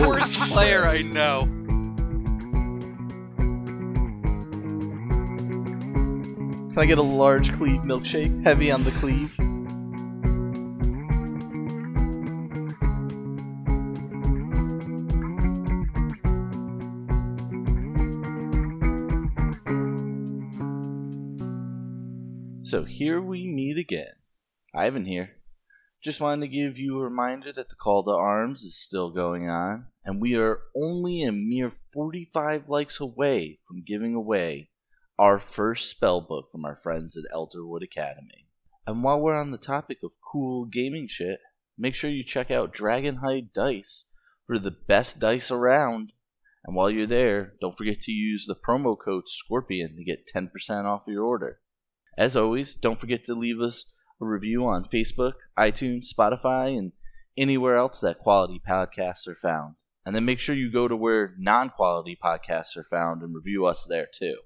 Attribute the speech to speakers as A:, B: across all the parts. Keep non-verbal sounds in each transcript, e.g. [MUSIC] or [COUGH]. A: worst player I know.
B: Can I get a large cleave milkshake? Heavy on the cleave. So here we meet again. Ivan here. Just wanted to give you a reminder that the call to arms is still going on, and we are only a mere 45 likes away from giving away our first spell book from our friends at Elderwood Academy. And while we're on the topic of cool gaming shit, make sure you check out Dragonhide Dice for the best dice around. And while you're there, don't forget to use the promo code SCORPION to get 10% off your order. As always, don't forget to leave us a review on Facebook, iTunes, Spotify, and anywhere else that quality podcasts are found. And then make sure you go to where non quality podcasts are found and review us there too.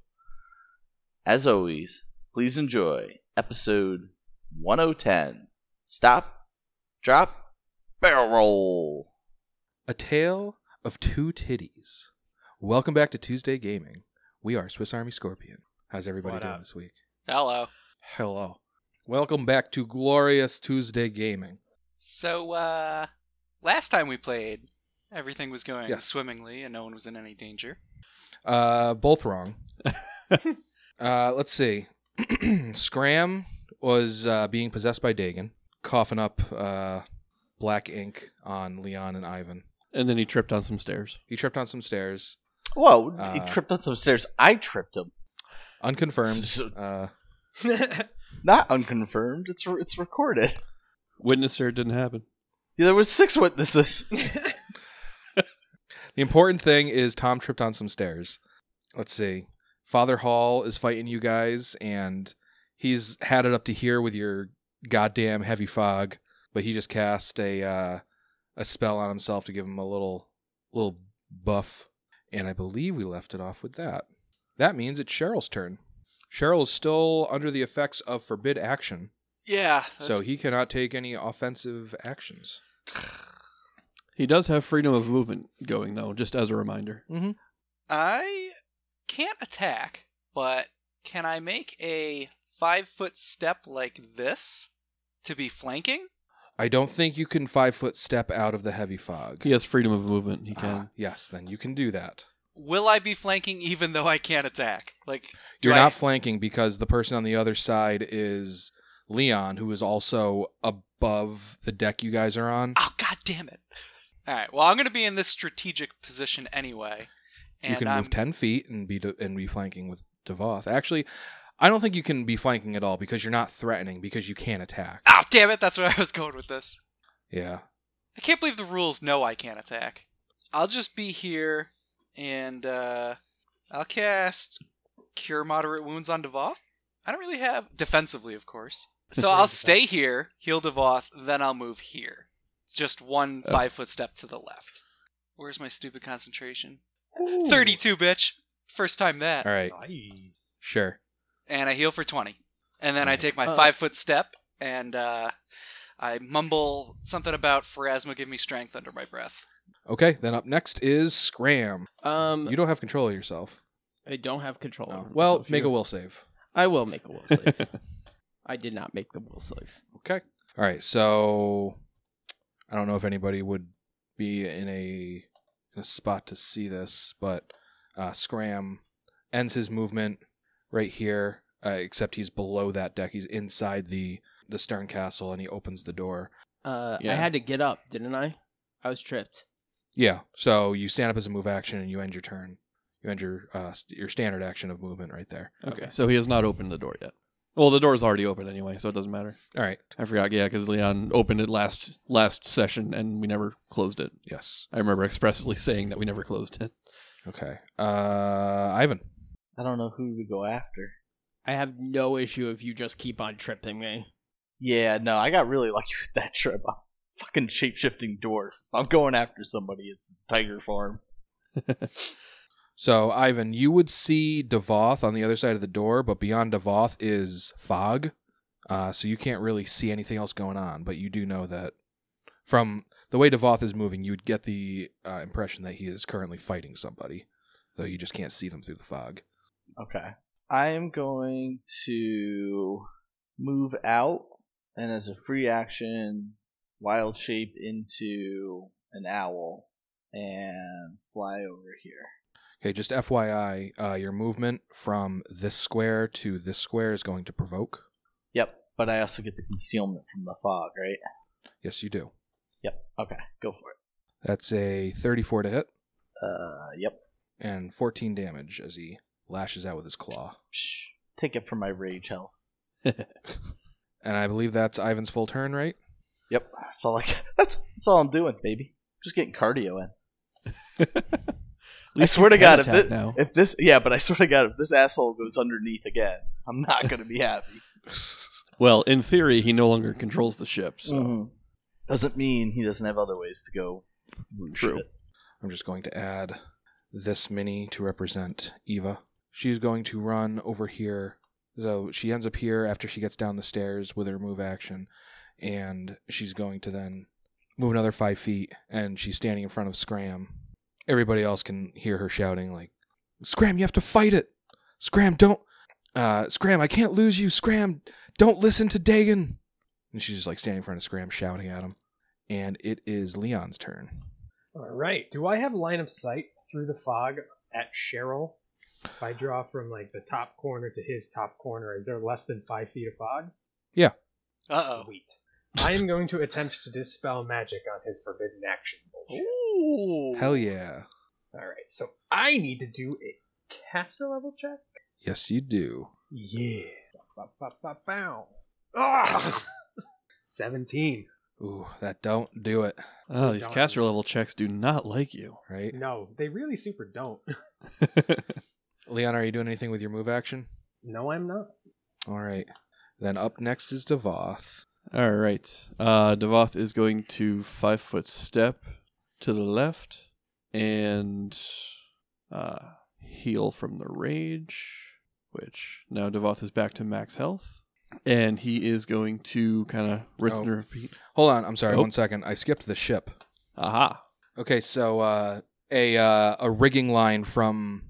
B: As always, please enjoy episode 1010 Stop, Drop, Barrel Roll.
C: A Tale of Two Titties. Welcome back to Tuesday Gaming. We are Swiss Army Scorpion. How's everybody
A: What
C: doing
A: up?
C: this week?
A: Hello.
C: Hello. Welcome back to glorious Tuesday Gaming.
A: So, uh, last time we played, everything was going
C: Yes.
A: swimmingly and no one was in any
C: [LAUGHS]
A: danger.
C: Uh,
A: [LAUGHS]
C: both wrong. uh, let's see. [CLEARS THROAT] Scram was uh, being possessed by Dagon, coughing up uh, black ink on Leon and Ivan.
D: and then he tripped on some stairs.
C: He tripped on some stairs,
B: Whoa, he
C: Uh,
B: tripped up some stairs. I tripped him.
A: [LAUGHS]
C: unconfirmed.
B: So-
C: Uh,
B: Not unconfirmed, it's, re- it's recorded. [LAUGHS]
D: Witnessed her, it didn't happen.
B: Yeah, there was six
E: [LAUGHS]
B: witnesses.
C: The important thing is Tom tripped on some stairs. Let's see. Father Hall is fighting you guys, and he's had it up to here with your goddamn heavy fog, but he just cast a uh, a spell on himself to give him a little little buff. And I believe we left it off with that. That means it's Cheryl's turn. Cheryl is still under the effects of forbid action,
A: yeah.
C: so he cannot take any offensive actions.
D: He does have freedom of movement going though, just as a reminder.
A: [SIGHS] I can't attack, but can I make a five foot step like this to be flanking?
C: I don't think you can five foot step out of the heavy fog.
D: He has freedom of movement. He can.
C: Ah, yes, then you can do that.
A: Will I be flanking even though I can't attack? Like, do
C: You're
A: I-
C: not flanking because the person on the other side is Leon, who is also above the deck you guys are on.
A: Oh god damn it. Alright, well I'm gonna be in this strategic position anyway. And
C: you can
A: I'm
C: move ten feet and be and be flanking with Devoth. Actually, I don't think you can be flanking at all because you're not threatening because you can't attack.
A: Oh damn it, that's where I was going with this.
C: Yeah,
A: I can't believe the rules know I can't attack. I'll just be here and uh I'll cast Cure Moderate Wounds on Devoth. I don't really have defensively, of course. So I'll stay here, heal Devoth, then I'll move here. It's just one
D: Oh.
A: five foot step to the left. Where's my stupid concentration? Thirty two, bitch. First time that.
C: all right,
F: Nice.
C: sure.
A: and I heal for 20. And then I
C: Alright.
A: take my
D: Uh,
A: five foot step and uh, I mumble something about Pharasma give me strength under my breath.
C: Okay, then up next is Scram.
E: Um,
C: You don't have control of yourself.
E: I don't have control.
C: No.
E: over
C: Well,
E: myself
C: make
E: here.
C: a will save.
E: I will make a will save. I did not make the will save.
C: Okay. All right. So I don't know if anybody would be in a, in a spot to see this, but uh, Scram ends his movement right here. Uh, except he's below that deck. He's inside the the stern castle, and he opens the door.
E: Uh,
D: Yeah.
E: I had to get up, didn't I? I was tripped.
C: Yeah. So you stand up as a move action, and you end your turn. You end your uh, st- your standard action of movement right there.
B: Ah,
D: Okay. So he has not opened the door yet. Well, the door's already open anyway, so it doesn't matter.
C: All right.
D: I forgot. Yeah, because Leon opened it last last session, and we never closed it.
C: Yes.
D: I remember expressly saying that we never closed it. [LAUGHS]
C: Okay. Uh, Ivan.
B: I don't know who to go after.
E: I have no issue if you just keep on tripping me.
B: Yeah, no, I got really lucky [LAUGHS] with that trip. I'm a fucking shapeshifting dwarf. I'm going after somebody. It's tiger form.
C: So, Ivan, you would see Devoth on the other side of the door, but beyond Devoth is fog. Uh, so you can't really see anything else going on, but you do know that from the way Devoth is moving, you'd get the uh, impression that he is currently fighting somebody, though you just can't see them through the fog.
B: Okay. I am going to move out and as a free action, wild shape into an owl and fly over here.
C: Okay, just FYI, uh, your movement from this square to this square is going to provoke.
B: Yep, but I also get the concealment from the fog, right?
C: Yes, you do.
B: Yep. Okay, go for it.
C: That's a 34 to hit
B: Uh, yep.
C: and 14 damage as he lashes out with his claw.
B: Psh, take it from my rage health.
C: And I believe that's Ivan's full turn, right?
B: Yep. That's all I. Got. [LAUGHS] That's that's all I'm doing, baby. Just getting cardio in. I swear to God, if this,
D: now.
B: if this, yeah, but I swear to God, if this asshole goes underneath again, I'm not gonna be [LAUGHS] happy.
D: well, in theory, he no longer controls the ship. So.
B: Mhm. Doesn't mean he doesn't have other ways to go. through
D: True.
B: shit.
C: I'm just going to add this mini to represent Eva. She's going to run over here. So she ends up here after she gets down the stairs with her move action, and she's going to then move another five feet, and she's standing in front of Scram. Everybody else can hear her shouting like, "Scram, you have to fight it! Scram, don't! Uh, Scram, I can't lose you! Scram, don't listen to Dagon!" And she's just like standing in front of Scram, shouting at him. And it is Leon's turn.
F: All right. Do I have line of sight through the fog at Cheryl? If I draw from like the top corner to his top corner, is there less than five feet of fog?
A: Uh
F: Sweet. I am going to attempt to dispel magic on his forbidden action.
A: oh.
F: Bullshit.
A: Ooh.
C: Hell yeah!
F: All right. So I need to do a caster level check.
C: Yes, you do.
F: Yeah. Ba, ba, ba, bow. Ah! [LAUGHS] Seventeen.
C: Ooh, that don't do it,
D: Oh, these caster level checks do not like you. [LAUGHS]
C: right?
F: No, they really super don't.
C: Leon, are you doing anything with your move action?
F: No, I'm not. [LAUGHS]
C: All right. Then up next is Devoth.
D: All right. Uh, Devoth is going to five foot step to the left and uh, heal from the rage, which now Devoth is back to max health. And he is going to kind of rinse and
C: Oh.
D: repeat.
C: Hold on, I'm sorry,
D: Oh.
C: one second. I skipped the ship.
D: Aha.
C: Okay, so uh, a uh, a rigging line from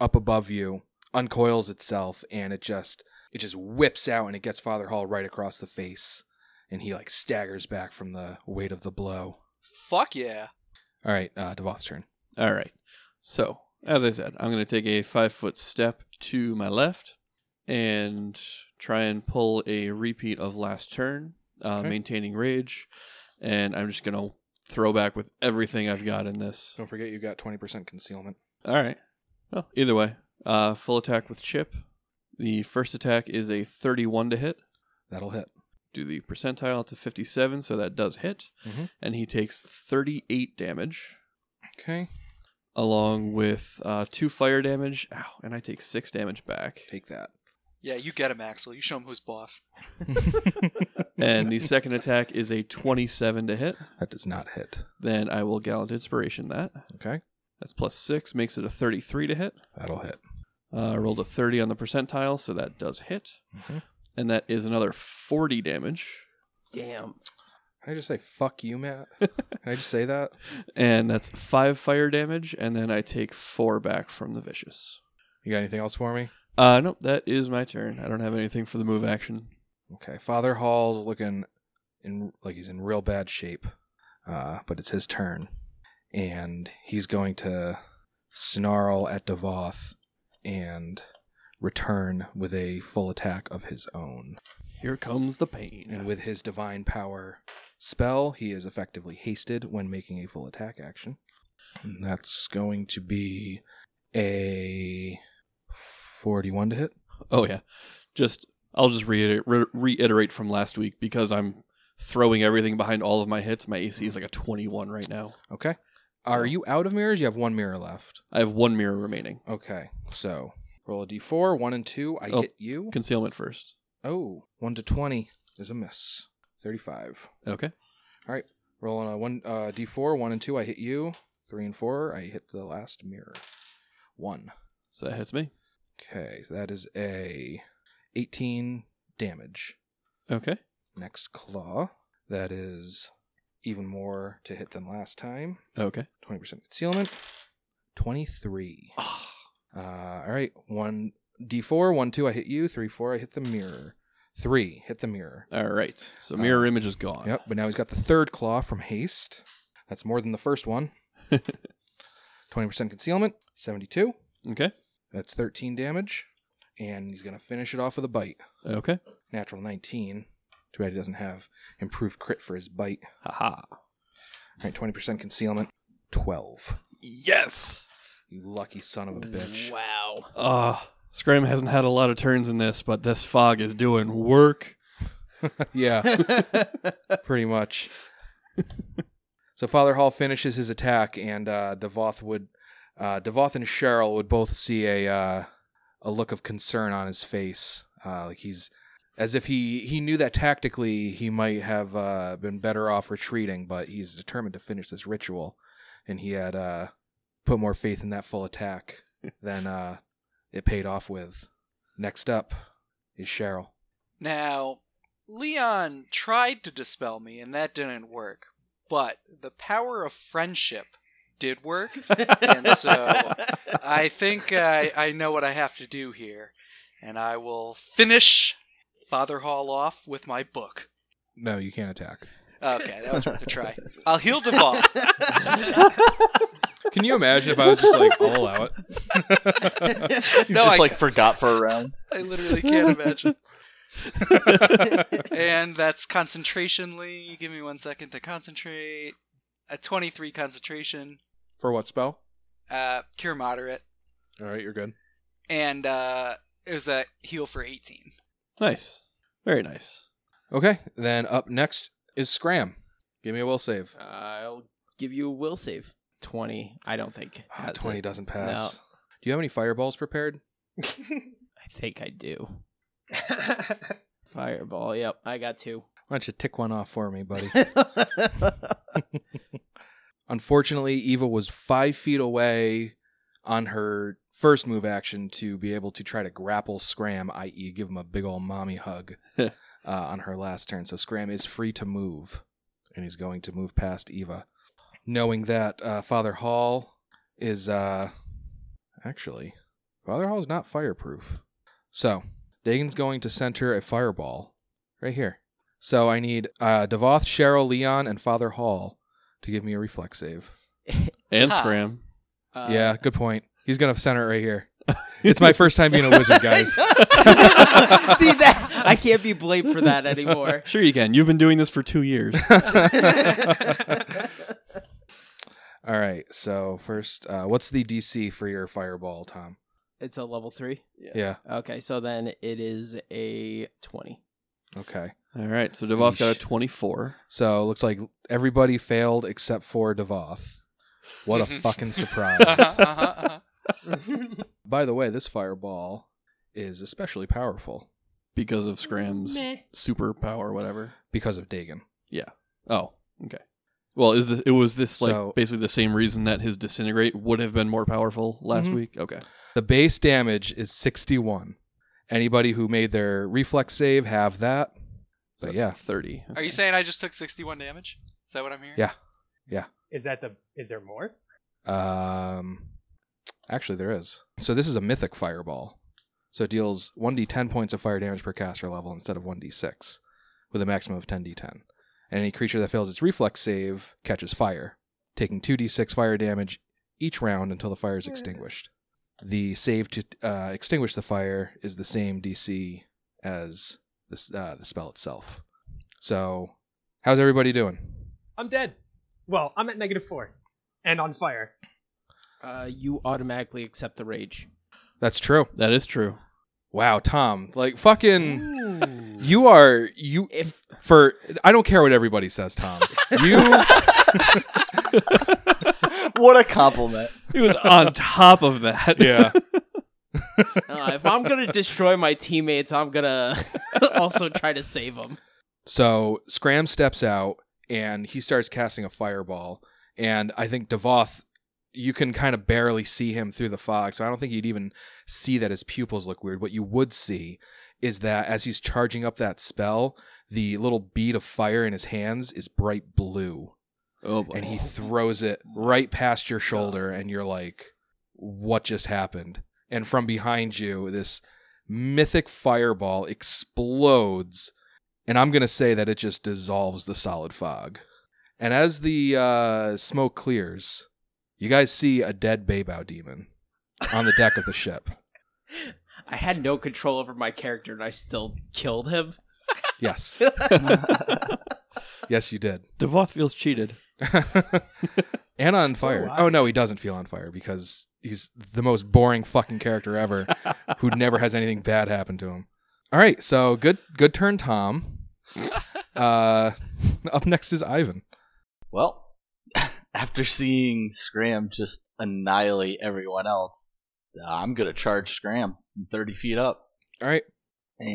C: up above you uncoils itself, and it just it just whips out, and it gets Father Hall right across the face, and he like staggers back from the weight of the blow.
A: Fuck yeah.
C: All right, uh, Devoth's turn.
D: All right. So, as I said, I'm going to take a five foot step to my left and try and pull a repeat of last turn, uh,
C: Okay.
D: maintaining rage. And I'm just going to throw back with everything I've got in this.
C: Don't forget you got twenty percent concealment.
D: All right. Well, either way, uh, full attack with chip. The first attack is a 31 to hit.
C: That'll hit.
D: Do the percentile to 57, so that does hit.
C: Mhm.
D: And he takes 38 damage.
C: Okay.
D: along with uh, two fire damage. Ow, and I take six damage back.
C: Take [LAUGHS] that.
A: Yeah, you get him, Axel. You show him who's boss.
D: [LAUGHS] And the second attack is a 27 to hit.
C: That does not hit.
D: Then I will Gallant Inspiration that.
C: Okay.
D: That's plus six, makes it a 33 to hit.
C: That'll hit.
D: Uh, I rolled a 30 on the percentile, so that does hit.
C: Mhm.
D: And that is another 40 damage. [LAUGHS]
E: Damn.
C: Can I just say fuck you, Matt? Can I just say that?
D: And that's five fire damage, and then I take four back from the Vicious.
C: You got anything else for me?
D: Uh, nope, that is my turn. I don't have anything for the move action.
C: Okay. Father Hall's looking in like he's in real bad shape. Uh, but it's his turn. And he's going to snarl at Devoth and return with a full attack of his own.
D: Here comes the pain.
C: And with his divine power spell, he is effectively hasted when making a full attack action.
D: Hmm.
C: And that's going to be a 41 to hit.
D: Oh yeah, just I'll just reiterate, re- reiterate from last week because I'm throwing everything behind all of my hits. My AC is like a 21 right now.
C: Okay. Are
D: So-
C: you out of mirrors? You have one mirror left.
D: I have one mirror remaining.
C: Okay. So roll a d4, 1 and 2. I
D: Oh.
C: hit you.
D: Concealment first.
C: Oh, 1 to 20 is a miss. 35.
D: Okay.
C: Rolling a one uh, d4, 1 and 2. I hit you. 3 and 4. I hit the last mirror. 1.
D: So that hits me.
C: Okay, so that is a 18 damage.
D: Okay.
C: Next claw. That is even more to hit than last time.
D: Okay.
C: 20% concealment. 23. Uh, all right. 1d4, 1, 2, I hit you. 3, 4, I hit the mirror. 3, hit the mirror.
D: All right. So mirror image is gone.
C: Yep, but now he's got the third claw from haste. That's more than the first one. 20% concealment, 72.
D: Okay.
C: That's 13 damage. And he's going to finish it off with a bite.
D: Okay.
C: Natural 19. Too bad he doesn't have improved crit for his bite.
D: Haha.
C: All right, 20% concealment, 12.
D: Yes.
C: You lucky son of a bitch.
B: [LAUGHS]
E: Wow. [LAUGHS]
D: Uh Scram hasn't had a lot of turns in this, but this fog is doing work.
C: yeah, pretty much. so Father Hall finishes his attack, and uh, Devoth would, uh, Devoth and Cheryl would both see a uh, a look of concern on his face, uh, like he's as if he he knew that tactically he might have uh, been better off retreating, but he's determined to finish this ritual, and he had uh, put more faith in that full attack than uh, it paid off with. Next up is Cheryl.
A: Now, Leon tried to dispel me, and that didn't work. But the power of friendship did work. And so [LAUGHS]
E: [LAUGHS]
A: I think I, I know what I have to do here. And I will finish Father Hall off with my book.
C: No, you can't attack.
A: Okay, that was worth a try. I'll heal
E: [LAUGHS]
A: Devoth.
C: Can you imagine if I was just like, I'll allow [LAUGHS] it?
B: You
A: No,
B: just
A: I-
B: like forgot for a round.
A: I literally can't imagine. and that's concentrationly. Give me one second to concentrate. A 23 concentration.
C: For what spell?
A: Uh, cure moderate.
C: All right, you're good.
A: And uh, it was a heal for 18.
D: [LAUGHS] Nice. Very nice.
C: Okay, then up next is Scram. Give me a will save.
E: I'll give you a will save. 20. I don't think.
C: Ah,
E: has
C: 20
E: it.
C: doesn't pass. Do you have any fireballs prepared?
E: I think I do. Fireball. Yep. I got two.
C: Why don't you tick one off for me, buddy? Unfortunately, Eva was five feet away on her first move action to be able to try to grapple Scram, i.e., give him a big old mommy hug uh, on her last turn. So Scram is free to move, and he's going to move past Eva. Knowing that uh, Father Hall is uh, actually Father Hall is not fireproof, so Dagon's going to center a fireball right here. So I need uh, Devoth, Cheryl, Leon, and Father Hall to give me a reflex save.
D: And
A: Ha.
D: Scram.
E: Uh,
A: [LAUGHS]
C: yeah, good point. He's gonna center it right here. It's
D: [LAUGHS]
C: my [LAUGHS] first time being a wizard, guys.
E: [LAUGHS] See that? I can't be blamed for that anymore.
D: Sure you can. You've been doing this for two years.
C: [LAUGHS]
F: [LAUGHS]
C: All right. So first, uh, what's the DC for your fireball, Tom?
E: [LAUGHS] it's a level three.
C: Yeah.
E: [LAUGHS] Okay, so then it is a
B: [LAUGHS]
E: twenty.
C: Okay.
D: All right. So Devoth got a
C: Yeesh.
D: 24.
C: So looks like everybody failed except for Devoth. What a fucking
A: Uh-huh,
C: surprise! By the way, this fireball is especially powerful
D: because of Scram's superpower, whatever.
C: because of Dagon.
D: Oh, okay. Well, is this, it was this like
C: So-
D: basically the same reason that his disintegrate would have been more powerful last
E: Mm-hmm.
C: Mhm.
D: week? Okay.
C: The base damage is 61. Anybody who made their reflex save have that. But
D: So that's
C: yeah.
D: 30.
A: Are you saying I just took 61 damage? Is that what I'm hearing?
C: Yeah.
F: is that the? Is there more?
C: Um, actually, there is. So this is a mythic fireball. So it deals 1d10 points of fire damage per caster level instead of 1d6, with a maximum of 10d10. And any creature that fails its reflex save catches fire, taking 2d6 fire damage each round until the fire is extinguished. The save to uh, extinguish the fire is the same DC as the, s- uh, the spell itself. So, how's everybody doing?
F: I'm dead. Well, I'm at negative four, and on fire. [LAUGHS]
E: Uh, you automatically accept the rage.
C: That's true.
D: That is true.
C: Wow, Tom, like fucking. You are you
E: If
C: for I don't care what everybody says, Tom. You
B: What a compliment.
D: He was on top of that. [LAUGHS]
C: yeah.
E: uh, if I'm gonna destroy my teammates, I'm gonna [LAUGHS] also try to save them.
C: So Scram steps out and he starts casting a fireball and I think Devoth you can kind of barely see him through the fog. So I don't think you'd even see that his pupils look weird. What you would see is that as he's charging up that spell, the little bead of fire in his hands is bright blue,
D: Oh boy.
C: and he throws it right past your shoulder, and you're like, "What just happened?" And from behind you, this mythic fireball explodes, and I'm gonna say that it just dissolves the solid fog. And as the uh, smoke clears, you guys see a dead Baybao demon on the deck of the ship.
E: I had no control over my character and I still killed him.
C: Yes, yes, you did.
D: Devoth feels cheated.
C: [LAUGHS] and on fire.
F: alive.
C: Oh no, he doesn't feel on fire because he's the most boring fucking character ever, who never has anything bad happen to him. All right, so good, good turn, Tom. Uh, [LAUGHS] up next is Ivan.
B: Well, [LAUGHS] after seeing Scram just annihilate everyone else, uh, I'm going to charge Scram from 30 feet up.
C: All right,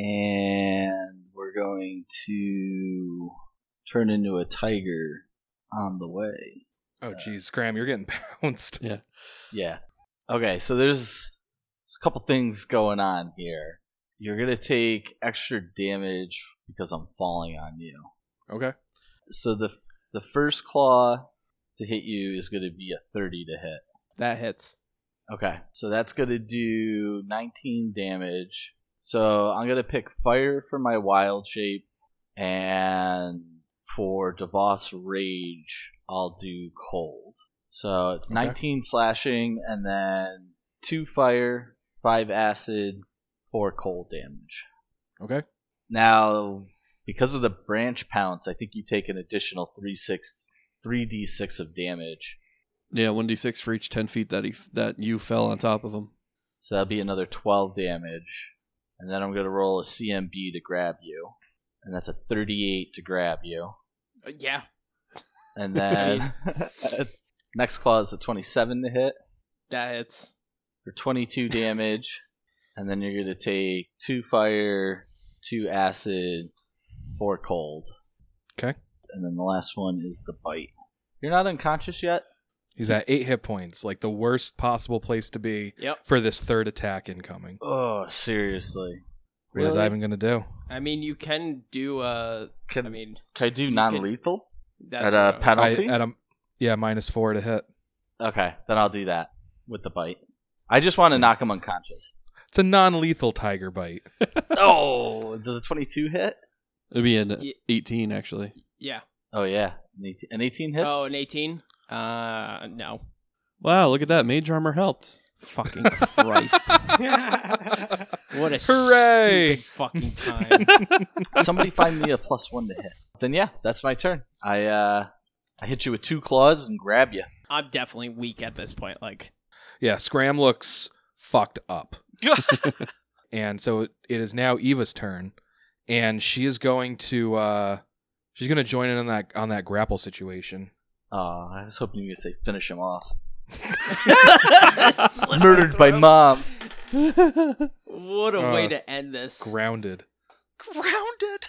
B: And we're going to turn into a tiger on the way.
C: oh geez, Graham, you're getting [LAUGHS] pounced.
B: Yeah. Okay, so there's, there's a couple things going on here. You're going to take extra damage because I'm falling on you.
C: Okay,
B: So the the first claw to hit you is going to be a 30 to hit.
E: That hits.
B: Okay, so that's going to do 19 damage. So I'm going to pick fire for my wild shape, and for Davos Rage, I'll do cold. So it's
C: Okay.
B: 19 slashing, and then 2 fire, 5 acid, 4 cold damage.
C: okay,
B: Now, because of the branch pounce, I think you take an additional 3 6 3d6 of damage.
D: Yeah, one d six for each ten feet that he that you fell on top of him.
B: So that'll be another 12 damage. And then I'm going to roll a CMB to grab you. And that's a 38 to grab you.
E: Uh, yeah.
B: And then next claw is a 27 to hit
E: That hits.
B: for 22 damage. and then you're going to take 2 fire, 2 acid, 4 cold.
C: Okay.
B: And then the last one is the bite. You're not unconscious yet?
C: he's at eight hit points, like the worst possible place to be
E: Yep.
C: for this third attack incoming.
B: Oh, seriously.
C: What is
E: Really?
C: Ivan gonna do?
E: I mean, you can do. Uh, I
B: Can,
E: mean,
B: can I do
E: can-
B: non lethal? At,
E: that's
B: uh,
E: what I was-
B: I don't think-
C: at a, yeah, minus four to hit.
B: Okay, then I'll do that with the bite. I just want to knock him unconscious. [LAUGHS]
C: It's a non-lethal tiger [LAUGHS] bite.
B: oh, does a 22 hit?
D: It'd be an
E: Ye-
D: eighteen actually.
E: Yeah.
B: Oh, yeah. An 18, an 18 hits?
E: Oh, an eighteen. Uh, no.
D: Wow, look at that. Mage armor helped.
E: Fucking [LAUGHS] Christ! what a
C: Hooray!
E: stupid
B: [LAUGHS]
E: fucking time.
B: Somebody find me a plus one to hit. Then, yeah, that's my turn. I, uh, I hit you with two claws and grab you.
E: I'm definitely weak at this point. Like,
C: Yeah, Scram looks fucked up.
A: All
C: and so it is now Eva's turn, and she is going to uh, she's going to join in on that on that grapple situation.
B: Oh, I was hoping you would say finish him off.
E: Slit my
B: [LAUGHS] Murdered by
E: [LAUGHS] throat.
B: mom.
E: What a
C: Uh,
E: way to end this.
C: Grounded.
A: grounded.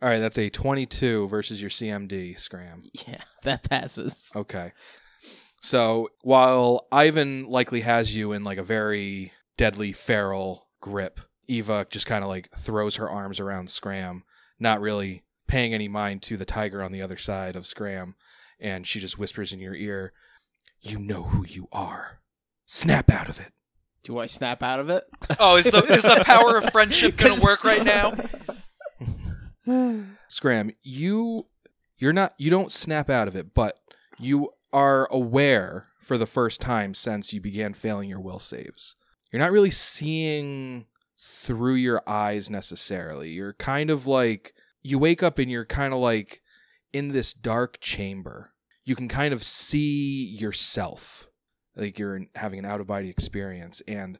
C: All right, that's a twenty-two versus your CMD, Scram.
E: yeah, [LAUGHS] that passes.
C: Okay. So while Ivan likely has you in like a very deadly feral grip, Eva just kind of like throws her arms around Scram, not really paying any mind to the tiger on the other side of Scram, and she just whispers in your ear, "You know who you are. Snap out of it."
E: Do I snap out of it?
A: Oh, is the is the power of friendship gonna
E: [LAUGHS] 'Cause-
A: work right now?
C: Scram, you you're not you don't snap out of it, but you are aware for the first time since you began failing your will saves. You're not really seeing through your eyes necessarily. You're kind of like you wake up and you're kind of like in this dark chamber. You can kind of see yourself. Like you're having an out of body experience and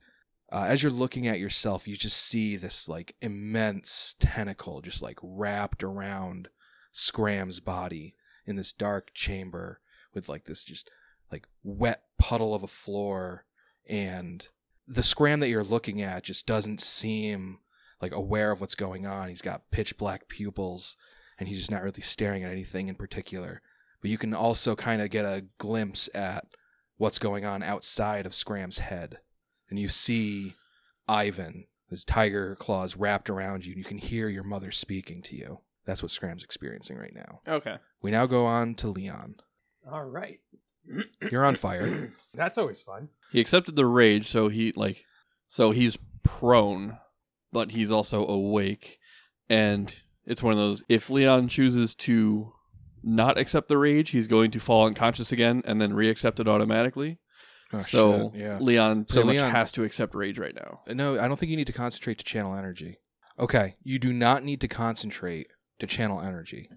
C: uh, as you're looking at yourself, you just see this like immense tentacle just like wrapped around Scram's body in this dark chamber with like this just like wet puddle of a floor. And the Scram that you're looking at just doesn't seem like aware of what's going on. He's got pitch black pupils and he's just not really staring at anything in particular. But you can also kind of get a glimpse at what's going on outside of Scram's head and you see Ivan, There's tiger claws wrapped around you, and you can hear your mother speaking to you. That's what Scram's experiencing right now.
E: [SIGHS] Okay.
C: We now go on to Leon.
F: All right. [CLEARS THROAT]
C: You're on fire.
F: That's always fun.
D: He accepted the rage, so he like so he's prone, but he's also awake. And it's one of those if Leon chooses to not accept the rage, he's going to fall unconscious again and then re-accept it automatically.
C: Oh,
D: so
C: shit, yeah.
D: Leon
C: So
D: pretty much
C: Leon-
D: has to accept rage right now.
C: No, I don't think you need to concentrate to channel energy. Okay, you do not need to concentrate to channel energy.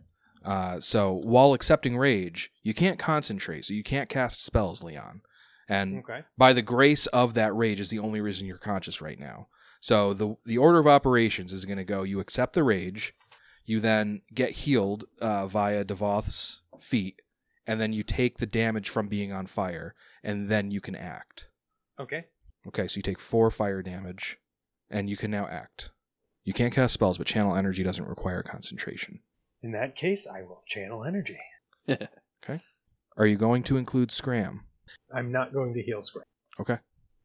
C: Uh, so while accepting rage, you can't concentrate, so you can't cast spells, Leon. And
F: Okay.
C: by the grace of that rage is the only reason you're conscious right now. So the the order of operations is going to go: you accept the rage, you then get healed uh, via Devoth's feet, and then you take the damage from being on fire, and then you can act.
F: Okay.
C: Okay, so you take four fire damage, and you can now act. You can't cast spells, but channel energy doesn't require concentration.
F: In that case, I will channel energy.
C: Are you going to include Scram?
F: I'm not going to heal scram.
C: Okay.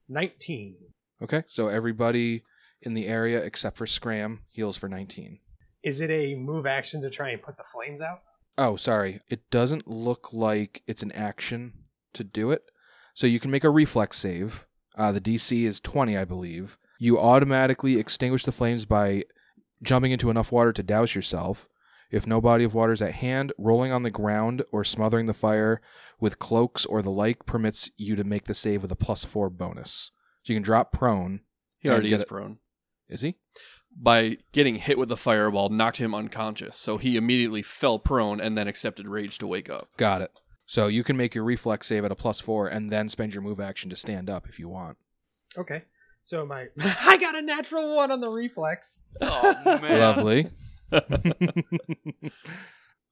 F: 19.
C: Okay, so everybody in the area except for Scram heals for 19.
F: Is it a move action to try and put the flames out?
C: Oh, sorry. It doesn't look like it's an action to do it. So you can make a reflex save. Uh, the DC is 20, I believe. You automatically extinguish the flames by jumping into enough water to douse yourself. If no body of water is at hand, rolling on the ground or smothering the fire with cloaks or the like permits you to make the save with a plus four bonus. So you can drop prone.
D: He
C: Yeah,
D: already
C: get
D: is
C: it.
D: prone.
C: Is he?
D: By getting hit with the fireball knocked him unconscious, so he immediately fell prone and then accepted rage to
C: [LAUGHS]
D: wake up.
C: Got it. So you can make your reflex save at a plus four and then spend your move action to stand up if you want.
F: Okay. So my [LAUGHS] I got a natural one on the reflex.
A: Oh man.
C: [LAUGHS] Lovely.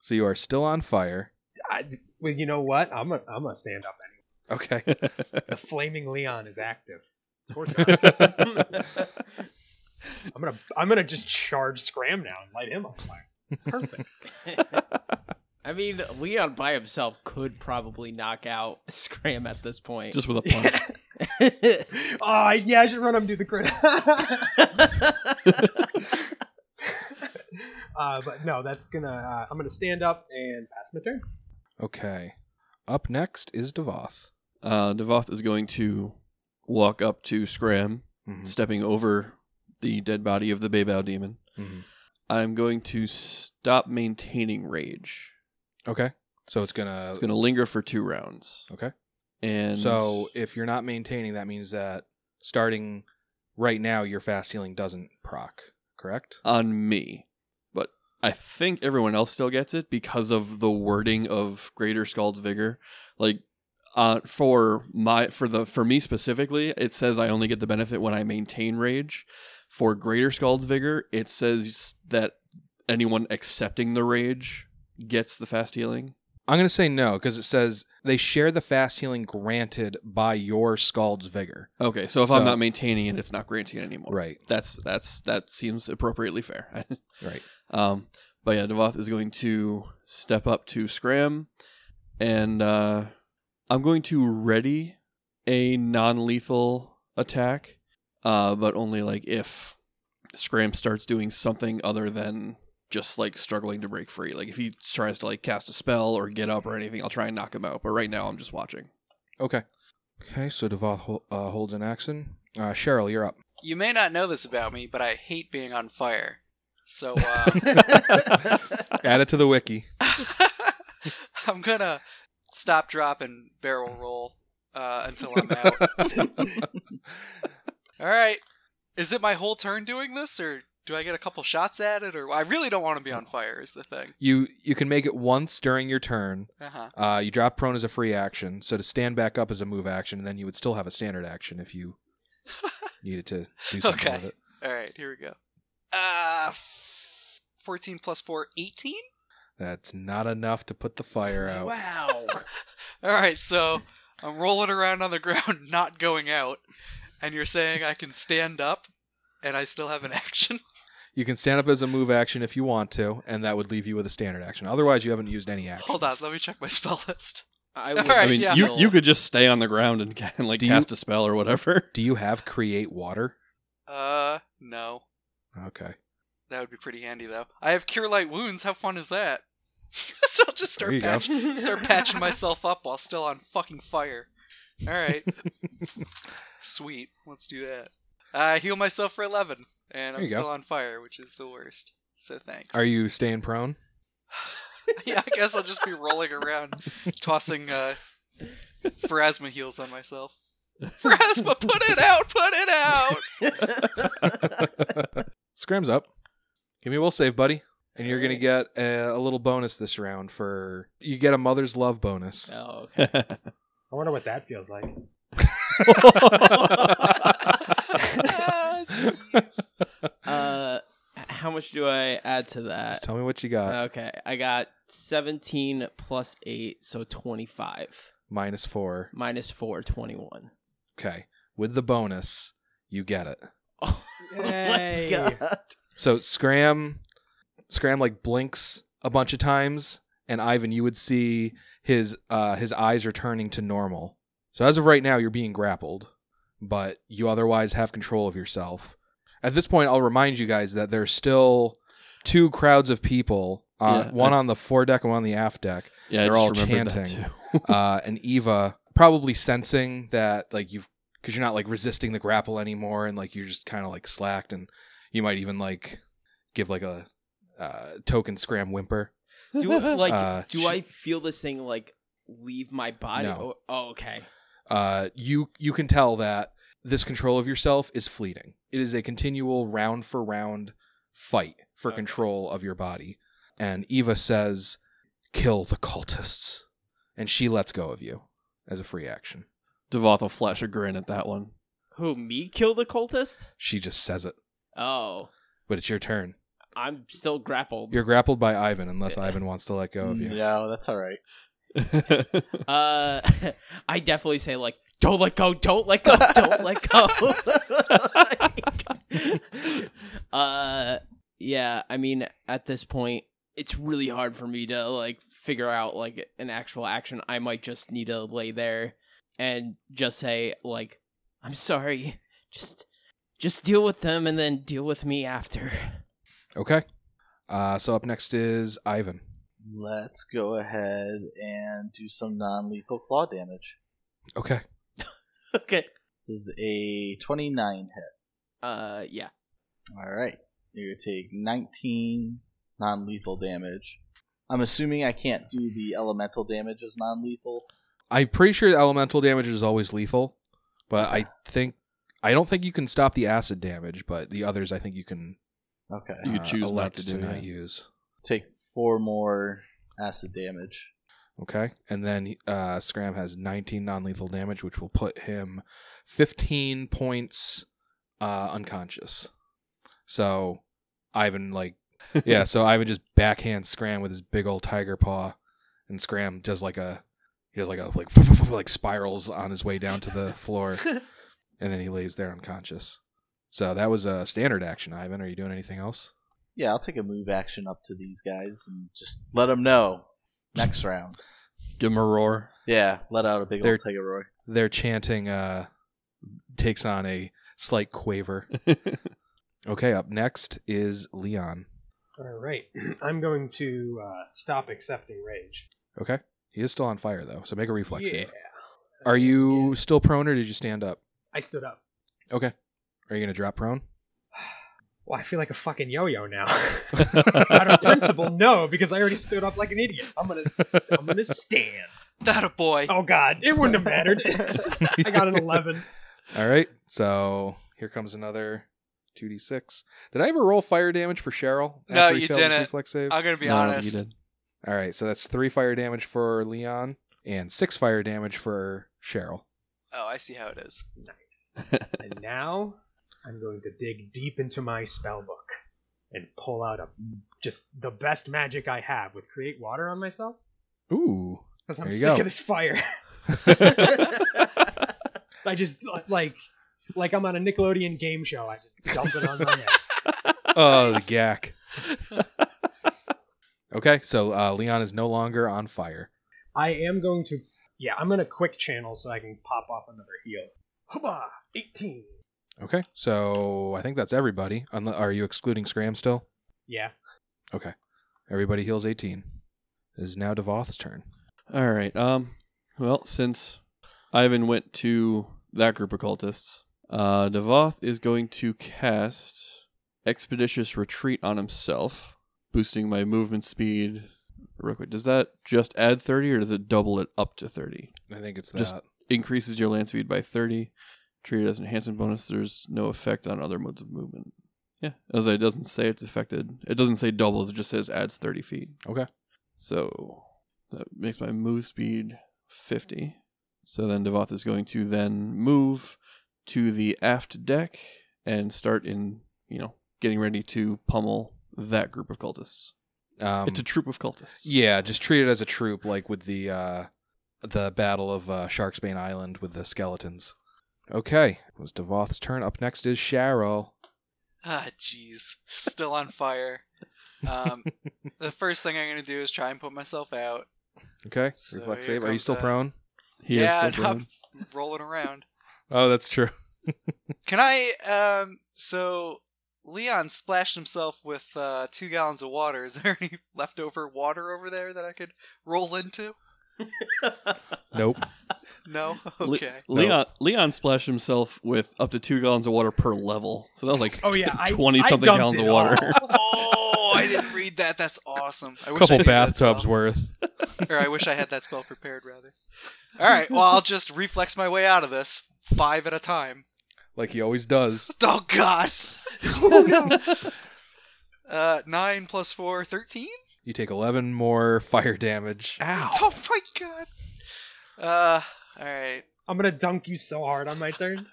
C: so you are still on fire.
F: I, well, you know what? I'm a, I'm gonna stand up anyway.
C: Okay.
F: The flaming Leon is active.
D: [LAUGHS]
F: I'm gonna I'm gonna just charge Scram now and light him on fire. [LAUGHS] Perfect.
E: I mean, Leon by himself could probably knock out [LAUGHS] Scram at this point. [LAUGHS]
D: Just with a punch.
F: oh I- yeah, I should run him do the crit. uh, but no, that's gonna uh, I'm gonna stand up and pass my turn.
C: Okay. Up next is Devoth.
D: Uh, Devoth is going to walk up to Scram,
C: Mhm.
D: stepping over the dead body of the Baybao demon.
C: Mhm.
D: I'm going to stop maintaining rage.
C: Okay. So it's gonna.
D: It's going to linger for two rounds.
C: Uh, Okay.
D: And
C: So if you're not maintaining, that means that starting right now, your fast healing doesn't proc. Correct.
D: on me, but I think everyone else still gets it because of the wording of Greater Scald's vigor. Like uh, for my for the for me specifically, it says I only get the benefit when I maintain rage. For Greater Scald's vigor, it says that anyone accepting the rage gets the fast healing.
C: I'm gonna say no because it says they share the fast healing granted by your Scald's vigor.
D: Okay, so if
C: So-
D: I'm not maintaining it, it's not granting it anymore.
C: Right.
D: That's that's that seems appropriately fair. [LAUGHS]
C: Right.
D: Um, but yeah, Devoth is going to step up to Scram, and uh, I'm going to ready a non-lethal attack, uh, but only like if Scram starts doing something other than just like struggling to break free. Like if he tries to like cast a spell or get up or anything, I'll try and knock him out. But right now, I'm just watching.
C: Okay. Okay. So Devoth hol- uh, holds an action. Uh, Cheryl, you're up.
A: You may not know this about me, but I hate being on fire. So uh, [LAUGHS]
C: Add it to the wiki.
A: I'm gonna stop, drop, and barrel roll uh, until I'm out. All right. Is it my whole turn doing this, or do I get a couple shots at it? Or I really don't want to be on fire. Is the thing.
C: You you can make it once during your turn.
A: Uh huh.
C: Uh, you drop prone as a free action, so to stand back up is a move action, and then you would still have a standard action
A: [LAUGHS]
C: if you needed to do something
A: Okay.
C: with it.
A: All right. Here we go. Uh, f- 14 plus 4, 18.
C: That's not enough to put the fire out.
E: wow.
A: All right. So I'm rolling around on the ground, [LAUGHS] not going out, and you're saying I can stand up, and I still have an action.
C: You can stand up as a move action if you want to, and that would leave you with a standard action. Otherwise, you haven't used any action.
A: Hold on. Let me check my [LAUGHS] spell list.
E: I,
A: All
E: would
A: right,
D: I mean,
A: yeah.
D: you you could just stay on the ground and like
C: Do you- [LAUGHS]
D: cast a spell or whatever. [LAUGHS]
C: Do you have create water?
A: Uh, no.
C: Okay.
A: That would be pretty handy though. I have cure light wounds. How fun is that? [LAUGHS] so I'll just
C: There
A: start
C: you go.
A: patch,
F: [LAUGHS]
A: start patching myself up while still on fucking fire. All right. Sweet. Let's do that. I heal myself for 11 and
C: There
A: I'm
C: you go.
A: still on fire, which is the worst. So thanks.
C: Are you staying prone?
A: [LAUGHS] yeah, I guess I'll just be rolling around tossing uh Phrasma heals on myself. Phrasma, put it out, put it
C: [LAUGHS]
A: out. [LAUGHS]
C: Scram's up. Give me a will save, buddy. And you're going to get a, a little bonus this round for. You get a mother's love bonus.
E: Oh,
D: [LAUGHS]
E: okay.
F: I wonder what that
A: [LAUGHS]
F: feels like.
A: Ah, jeez.
E: Uh, h- how much do I add to that?
C: Just tell me what you got.
E: Okay, I got 17 plus 8, so 25.
C: Minus four.
E: Minus 4, [LAUGHS] 21.
C: Okay. With the bonus, you get it.
E: Oh,
A: Oh
E: Yay.
B: [LAUGHS] God.
C: So Scram, Scram like blinks a bunch of times, and Ivan, you would see his uh, his eyes returning to normal. So as of right now, you're being grappled, but you otherwise have control of yourself. At this point, I'll remind you guys that there's still two crowds of people, uh,
D: Yeah,
C: one
D: I-
C: on the foredeck and one on the aft deck,
D: yeah,
C: They're
D: I
C: all
D: just remembered
C: chanting.
D: That too.
C: uh, and Eva probably sensing that like you've because you're not like resisting the grapple anymore, and like you're just kind of like slacked, and you might even like give like a uh, token scram whimper.
D: [LAUGHS]
E: Do [LAUGHS] I- like
C: Uh,
E: do
C: sh-
E: I feel this thing like leave my body?
C: No.
E: Oh, oh, okay.
C: Uh, you you can tell that this control of yourself is fleeting. It is a continual round for round fight for
E: Okay.
C: control of your body. And Eva says, "Kill the cultists," and she lets go of you as a free action.
D: Devoth will flash a grin at that
F: [LAUGHS]
D: one.
E: Who me kill the cultist?
C: She just says it,
E: Oh,
C: but it's your turn.
E: I'm still grappled.
C: You're grappled by Ivan unless Ivan wants to let go of you.
B: No, that's all right.
E: Uh, [LAUGHS] I definitely say like, don't let go, don't let go, don't let go. [LAUGHS] Like, uh, yeah. I mean, at this point, it's really hard for me to like figure out like an actual action. I might just need to lay there and just say like, I'm sorry. Just, just deal with them and then deal with me after.
C: Okay. Uh, so up next is Ivan.
B: Let's go ahead and do some non lethal claw damage.
C: Okay.
E: [LAUGHS] Okay.
B: This is a 29 hit.
E: Uh, yeah.
B: All right. You're going to take 19 non lethal damage. I'm assuming I can't do the elemental damage as non lethal.
C: I'm pretty sure elemental damage is always lethal, but I think I don't think you can stop the acid damage, but the others I think you can
B: Okay.
D: You could choose not
C: elect
D: to do,
C: not
D: yeah.
C: use.
B: Take four more acid damage.
C: Okay. And then uh, Scram has 19 non-lethal damage, which will put him 15 points uh, unconscious. So Ivan like yeah, so Ivan just backhands Scram with his big old tiger paw, and Scram does like a he does like [LAUGHS] a like like spirals on his way down to the floor, and then he lays there unconscious. So that was a standard action, Ivan. Are you doing anything else?
B: Yeah, I'll take a move action up to these guys and just let them know. Next round.
D: Give him a roar.
B: Yeah, let out a big
C: They're-
B: old Tiger Roy.
C: Their chanting uh takes on a slight quaver. Okay, up next is Leon.
F: All right, [CLEARS THROAT] I'm going to uh, stop accepting rage.
C: Okay, he is still on fire though, so make a reflex
F: yeah. Uh,
C: save. Are you still prone or did you stand up?
F: I stood up.
C: Okay, are you gonna drop prone?
F: Well, I feel like a fucking yo-yo now. [LAUGHS] Out
D: [LAUGHS]
F: of principle, no, because I already stood up like an idiot. I'm gonna, I'm gonna stand.
A: That a boy.
F: Oh God, it wouldn't
C: [LAUGHS]
F: have mattered. [LAUGHS] I got an eleven.
C: All right. So here comes another 2d6. Did I ever roll fire damage for Cheryl?
A: No,
C: after he
A: you
C: failed his
A: didn't.
C: Reflex save?
A: I'm gonna be
D: No, I don't think
A: honest.
D: you did.
C: All right. So that's three fire damage for Leon and six fire damage for Cheryl.
A: Oh, I see how it is.
F: Nice. and now I'm going to dig deep into my spell book and pull out a just the best magic I have with create water on myself
C: Ooh.
F: because I'm
C: There you
F: sick
C: go.
F: of
C: [LAUGHS]
F: this fire. I just like like I'm on a Nickelodeon game show. I just dump it on
C: [LAUGHS]
F: my head.
C: Oh, the gack. okay. So uh, Leon is no longer on fire.
F: I am going to yeah I'm gonna quick channel so I can pop off another heal. Hubba, eighteen.
C: Okay, so I think that's everybody. Unle- are you excluding Scram still?
F: Yeah.
C: Everybody heals 18. It is now Devoth's turn.
D: All right. Um. Well, since Ivan went to that group of cultists, uh, Devoth is going to cast Expeditious Retreat on himself, boosting my movement speed. Real quick, does that just add thirty, or does it double it up to thirty?
C: I think it's that.
D: Just- Increases your land speed by thirty. Treated as an enhancement bonus. There's no effect on other modes of movement. Yeah, as I- it doesn't say it's affected. It doesn't say doubles. It just says adds thirty feet.
C: okay.
D: So that makes my move speed 50. So then Devoth is going to then move to the aft deck and start in, you know, getting ready to pummel that group of cultists.
C: Um,
D: it's a troop of cultists.
C: yeah, just treat it as a troop, like with the uh, the Battle of uh, Sharksbane Island with the skeletons. Okay, it was Devoth's turn. Up next is Cheryl.
A: Ah, jeez. Still on fire.
D: [LAUGHS]
A: Um, the first thing I'm going to do is try and put myself out.
C: Okay,
A: So
C: reflex
A: here
C: save. Are you
A: comes
C: still
A: that.
C: prone?
D: He
A: yeah, [LAUGHS]
D: is still
A: and
D: prone.
A: I'm rolling around.
C: Oh, that's true.
A: Can I, um, so Leon splashed himself with uh, two gallons of water. Is there [LAUGHS] any leftover water over there that I could roll into?
C: Nope.
A: No?
D: [LAUGHS] Le-
A: Okay.
D: Leon Leon splashed himself with up to two gallons of water per level. So that was like
F: Oh, yeah, I-
D: twenty
F: I
D: something
F: dumped
D: gallons of
F: it
D: water.
A: oh, I [LAUGHS] didn't read that. That's awesome. I
C: A
A: wish I
C: couple
A: knew that
C: bathtubs
A: spell.
C: worth.
A: or I wish I had that spell prepared [LAUGHS] rather. All right, well I'll just reflex my way out of this five at a time.
C: Like he always does.
A: [LAUGHS] Oh God. Jeez. uh, nine plus four, thirteen.
C: You take 11 more [LAUGHS] fire damage.
A: Oh my God. Uh, all right.
F: I'm gonna dunk you so hard on my turn.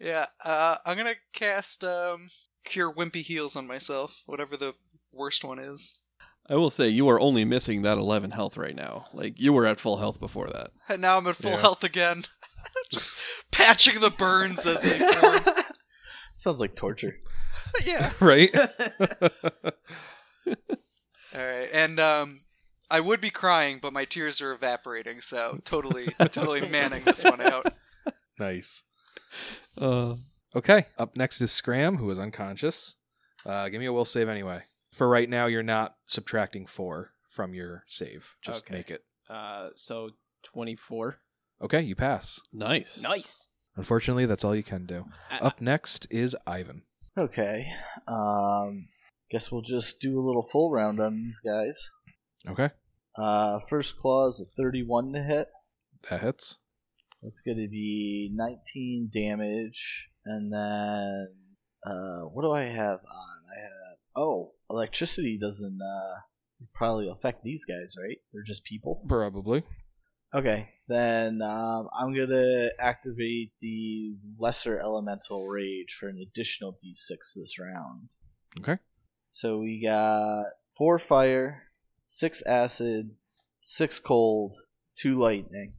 A: Yeah. Uh, I'm gonna cast um cure wimpy heals on myself, whatever the worst one is.
D: [LAUGHS] I will say you are only missing that eleven health right now. Like you were at full health before that.
A: And now I'm at full
C: Yeah.
A: health again. [LAUGHS] Just patching the burns as they form.
B: Sounds like torture.
A: yeah.
C: [LAUGHS]
E: [LAUGHS]
C: right?
A: All right, and um, I would be crying, but my tears are evaporating, so totally, totally manning this one out.
C: nice.
D: Uh,
C: Okay. Up next is Scram, who is unconscious. Uh, give me a will save anyway. For right now, you're not subtracting four from your save. Just
E: Okay.
C: make it.
E: Uh, so 24.
C: Okay, you pass.
D: nice.
E: Nice.
C: Unfortunately, that's all you can do.
E: I-
C: Up next is Ivan.
B: Okay. Um, guess we'll just do a little full round on these guys.
C: Okay,
B: Uh, first claw is a 31 to hit.
C: that hits.
B: That's going to be 19 damage. And then, uh, what do I have on? I have, oh, electricity doesn't, uh, probably affect these guys, right? They're just people.
C: Probably.
B: Okay. Then, um, I'm going to activate the lesser elemental rage for an additional d6 this round.
C: Okay.
B: So we got four fire, six acid, six cold, two lightning,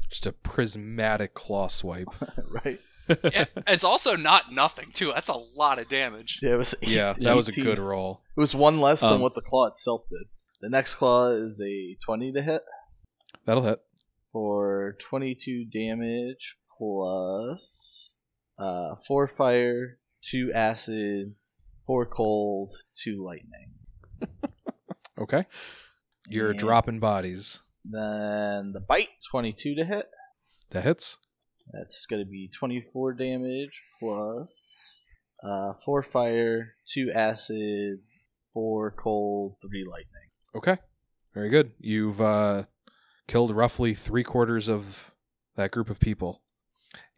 B: [LAUGHS]
C: Just a prismatic claw
E: [LAUGHS]
C: swipe.
B: right?
A: Yeah, it's also not nothing too. That's a lot of damage.
B: Yeah, it was
C: Yeah, that was a
B: 18.
C: good roll.
B: It was one less than
D: Um,
B: what the claw itself did. The next claw is a 20 to hit
C: That'll hit.
B: for 22 damage plus uh, 4 fire, 2 acid, 4 cold, 2 lightning.
C: Okay. You're
B: Yeah.
C: dropping bodies.
B: Then the bite, 22 to hit.
C: That hits.
B: That's going to be 24 damage plus uh, 4 fire, 2 acid, 4 cold, 3 lightning.
C: Okay. Very good. You've uh, killed roughly three quarters of that group of people,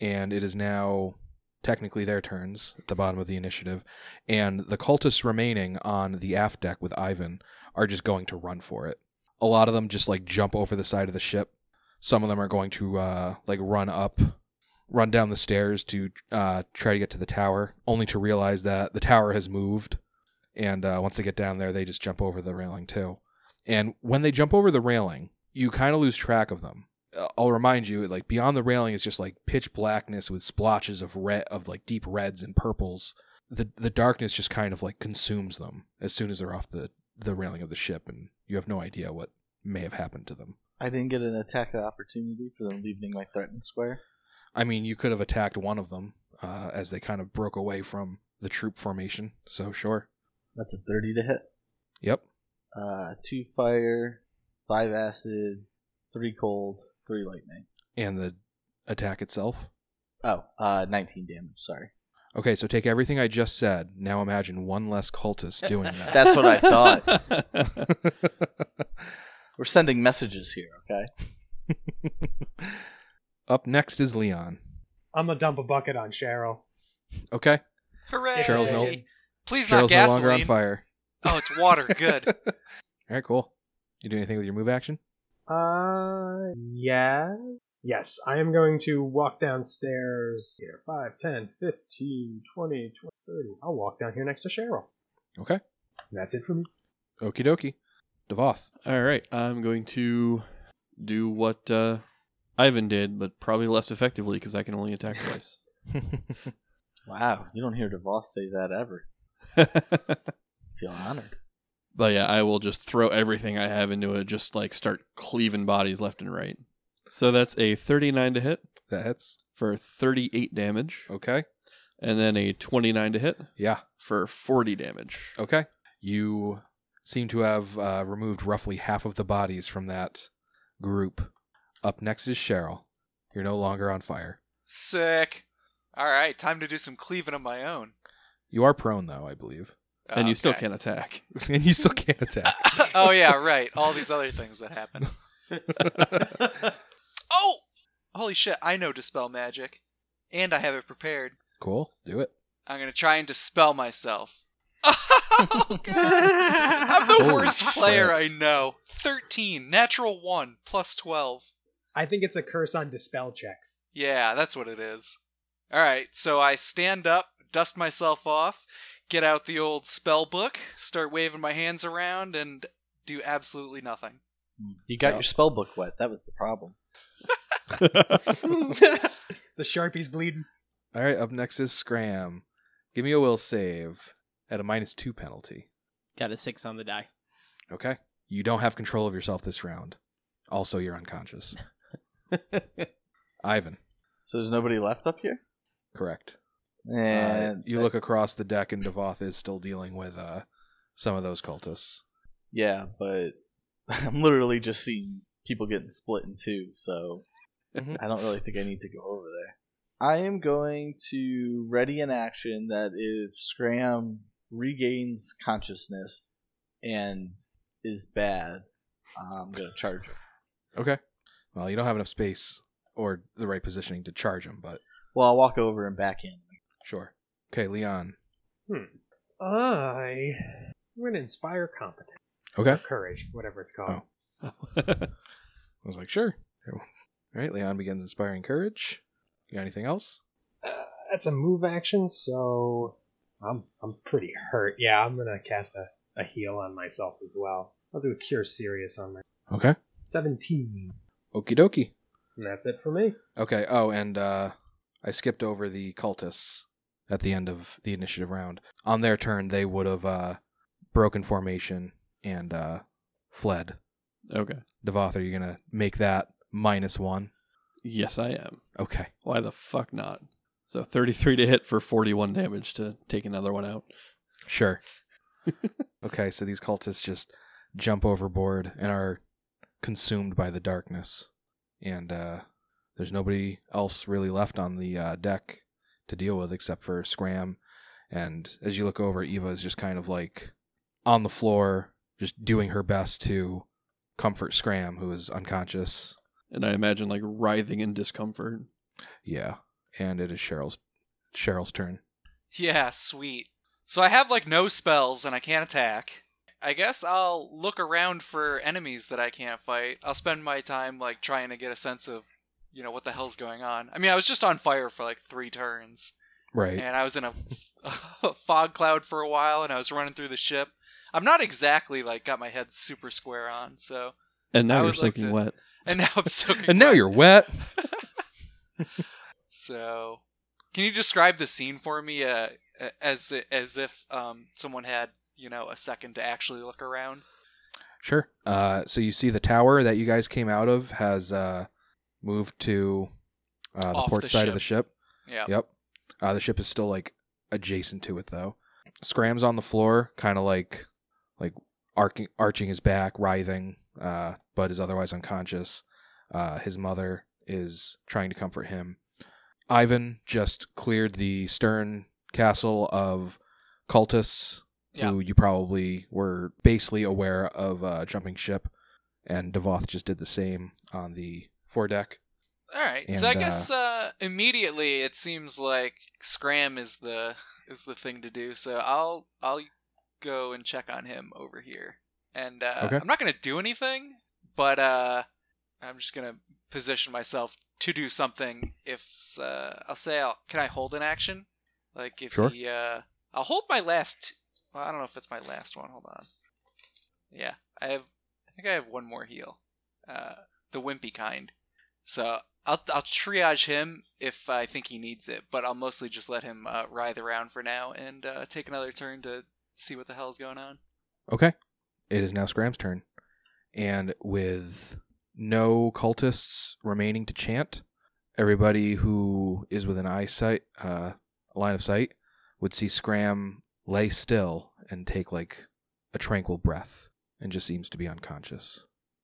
C: and it is now technically their turns at the bottom of the initiative. And the cultists remaining on the aft deck with Ivan are just going to run for it. A lot of them just like jump over the side of the ship. Some of them are going to uh, like run up, run down the stairs to uh, try to get to the tower, only to realize that the tower has moved. And uh, once they get down there, they just jump over the railing too. And when they jump over the railing, you kind of lose track of them. Uh, I'll remind you, like beyond the railing is just like pitch blackness with splotches of red, of like deep reds and purples. The the darkness just kind of like consumes them as soon as they're off the the railing of the ship, and you have no idea what may have happened to them.
B: I didn't get an attack opportunity for them leaving my threatened square.
C: I mean, you could have attacked one of them uh, as they kind of broke away from the troop formation. So sure.
B: That's a 30 to hit.
C: Yep.
B: Uh, two fire, five acid, three cold, three lightning.
C: And the attack itself.
B: Oh, uh, 19 damage. Sorry.
C: Okay, so take everything I just said. Now imagine one less cultist doing that.
B: That's what I
D: thought.
B: We're sending messages here, okay?
C: [LAUGHS] Up next is Leon.
F: I'm gonna dump a bucket on Cheryl.
C: Okay,
A: Hooray!
C: Cheryl's no-
A: Please not
C: Cheryl's no
A: gasoline.
C: longer on fire.
A: Oh, it's
C: [LAUGHS]
A: water. Good.
C: All right, cool. You do anything with your move action?
F: Uh, yeah. Yes, I am going to walk downstairs here. 5, 10, 15, 20, 20, 30. I'll walk down here next to Cheryl.
C: Okay.
F: That's it for me.
C: Okie dokie. Devoth. [LAUGHS]
D: All right, I'm going to do what uh, Ivan did, but probably less effectively because I can only attack twice.
B: Wow, you don't hear DeVos say that ever.
D: but
C: [LAUGHS]
B: Feel honored.
D: yeah, I will just throw everything I have into it, just like start cleaving bodies left and right. So that's a 39 to hit
C: that hits.
D: for 38 damage,
C: Okay.
D: and then a 29 to hit
C: Yeah.
D: for 40 damage.
A: Oh,
C: Okay. You seem to have uh, removed roughly half of the bodies from that group. Up next is Cheryl. You're no longer on fire.
A: Sick. All right, time to do some cleaving of my own.
C: You are prone, though, I believe. [LAUGHS]
D: And you still
A: Okay.
D: can't attack.
C: and you still can't attack.
A: [LAUGHS] oh yeah, right. All these other things that
C: [LAUGHS]
A: happen. Oh, holy shit! I know dispel magic, and I have it prepared.
C: cool. Do it.
A: I'm gonna try and dispel myself. [LAUGHS] [LAUGHS] Oh, God. I'm the
D: Holy
A: worst
D: shit.
A: player I know. Thirteen, natural one, plus twelve.
F: I think it's a curse on
A: [LAUGHS]
C: [LAUGHS]
F: dispel checks.
A: Yeah, that's what it is. All right, so I stand up, dust myself off, get out the old spell book, start waving my hands around, and do absolutely nothing.
B: You got
C: Yeah.
B: your spell book wet. That was the
C: [LAUGHS]
B: problem.
F: the Sharpie's bleeding.
C: All right. Up next is Scram. Give me a will save at a minus two penalty.
E: Got a six on the die.
C: Okay. You don't have control of yourself this round. Also, you're [LAUGHS] unconscious. Ivan.
B: So there's nobody left up here?
C: Correct. Uh,
B: And
C: you look across the deck, and Devoth is still dealing with uh, some of those cultists.
B: Yeah, but [LAUGHS] I'm literally just seeing people getting split in two, so
C: Mhm.
B: I don't really think I need to go over there. I am going to ready an action that if Scram regains consciousness and is bad, I'm going to charge him.
C: Okay. Well, you don't have enough space or the right positioning to charge him, but
B: Well, I'll walk over and backhand him.
C: sure. Okay, Leon.
F: I. I'm gonna inspire competence.
C: Okay.
F: Or courage, whatever it's called.
C: Oh. I was like, sure. [LAUGHS] All right, Leon begins inspiring courage. You got anything else?
F: Uh, that's a move action, so. I'm, I'm pretty hurt. Yeah, I'm gonna cast a, a heal on myself as well. I'll do a cure serious on my.
C: Okay.
F: 17.
C: Okie dokie.
F: And that's it for me.
C: Okay. Oh, and uh, I skipped over the cultists at the end of the initiative round. On their turn, they would have uh, broken formation and uh, fled.
D: okay.
C: Devoth, are you going to make that minus one?
D: Yes, I am.
C: Okay.
D: Why the fuck not? So 33 to hit for 41 damage to take another one out.
C: Sure. okay, so these cultists just jump overboard and are consumed by the darkness. And uh, there's nobody else really left on the uh, deck to deal with except for Scram. And as you look over, Eva is just kind of like on the floor, just doing her best to comfort Scram, who is unconscious.
D: And I imagine like writhing in discomfort.
C: Yeah. And it is Cheryl's Cheryl's turn.
A: Yeah, sweet. So I have like no spells and I can't attack. I guess I'll look around for enemies that I can't fight. I'll spend my time like trying to get a sense of, you know, what the hell's going on. I mean, I was just on fire for like 3 turns
C: Right.
A: and I was in a, [LAUGHS] a fog cloud for a while and I was running through the ship. I'm not exactly like got my head super square on, so
D: And
A: I
D: now you're
A: would like
D: soaking
A: to-
D: wet.
A: and now I'm
C: [LAUGHS]
A: soaking
C: And now
A: wet.
C: you're wet.
A: So, can you describe the scene for me uh, as as if um, someone had you know a second to actually look around?
C: Sure. Uh, so you see the tower that you guys came out of has uh, moved to uh, the
A: Off
C: port
A: the
C: side of
A: ship.
C: the
A: Yeah.
C: ship. Yep. Uh, the ship is still like adjacent to it though. Scram's on the floor, kind of like like arcing, arching his back, writhing, uh, but is otherwise unconscious. Uh, his mother is trying to comfort him. Ivan just cleared the stern castle of cultists
A: Yeah.
C: who you probably were basely aware of uh, jumping ship, and Devoth just did the same on the foredeck.
A: All right.
C: And,
A: so I
C: uh,
A: guess uh, immediately it seems like Scram is the is the thing to do. So I'll I'll go and check on him over here, and uh,
C: Okay.
A: I'm not gonna do anything, but uh, I'm just gonna position myself to do something. If uh, I'll say, I'll, can I hold an action? Like if
C: Sure.
A: he, uh, I'll hold my last. Well, I don't know if it's my last one. Hold on. Yeah, I have. I think I have one more heal. Uh, the wimpy kind. So I'll I'll triage him if I think he needs it, but I'll mostly just let him uh, writhe around for now and uh, take another turn to see what the hell's going on.
C: Okay. It is now Scram's turn. And with no cultists remaining to chant, everybody who is within eyesight, uh, line of sight, would see Scram lay still and take like a tranquil breath and just seems to be unconscious.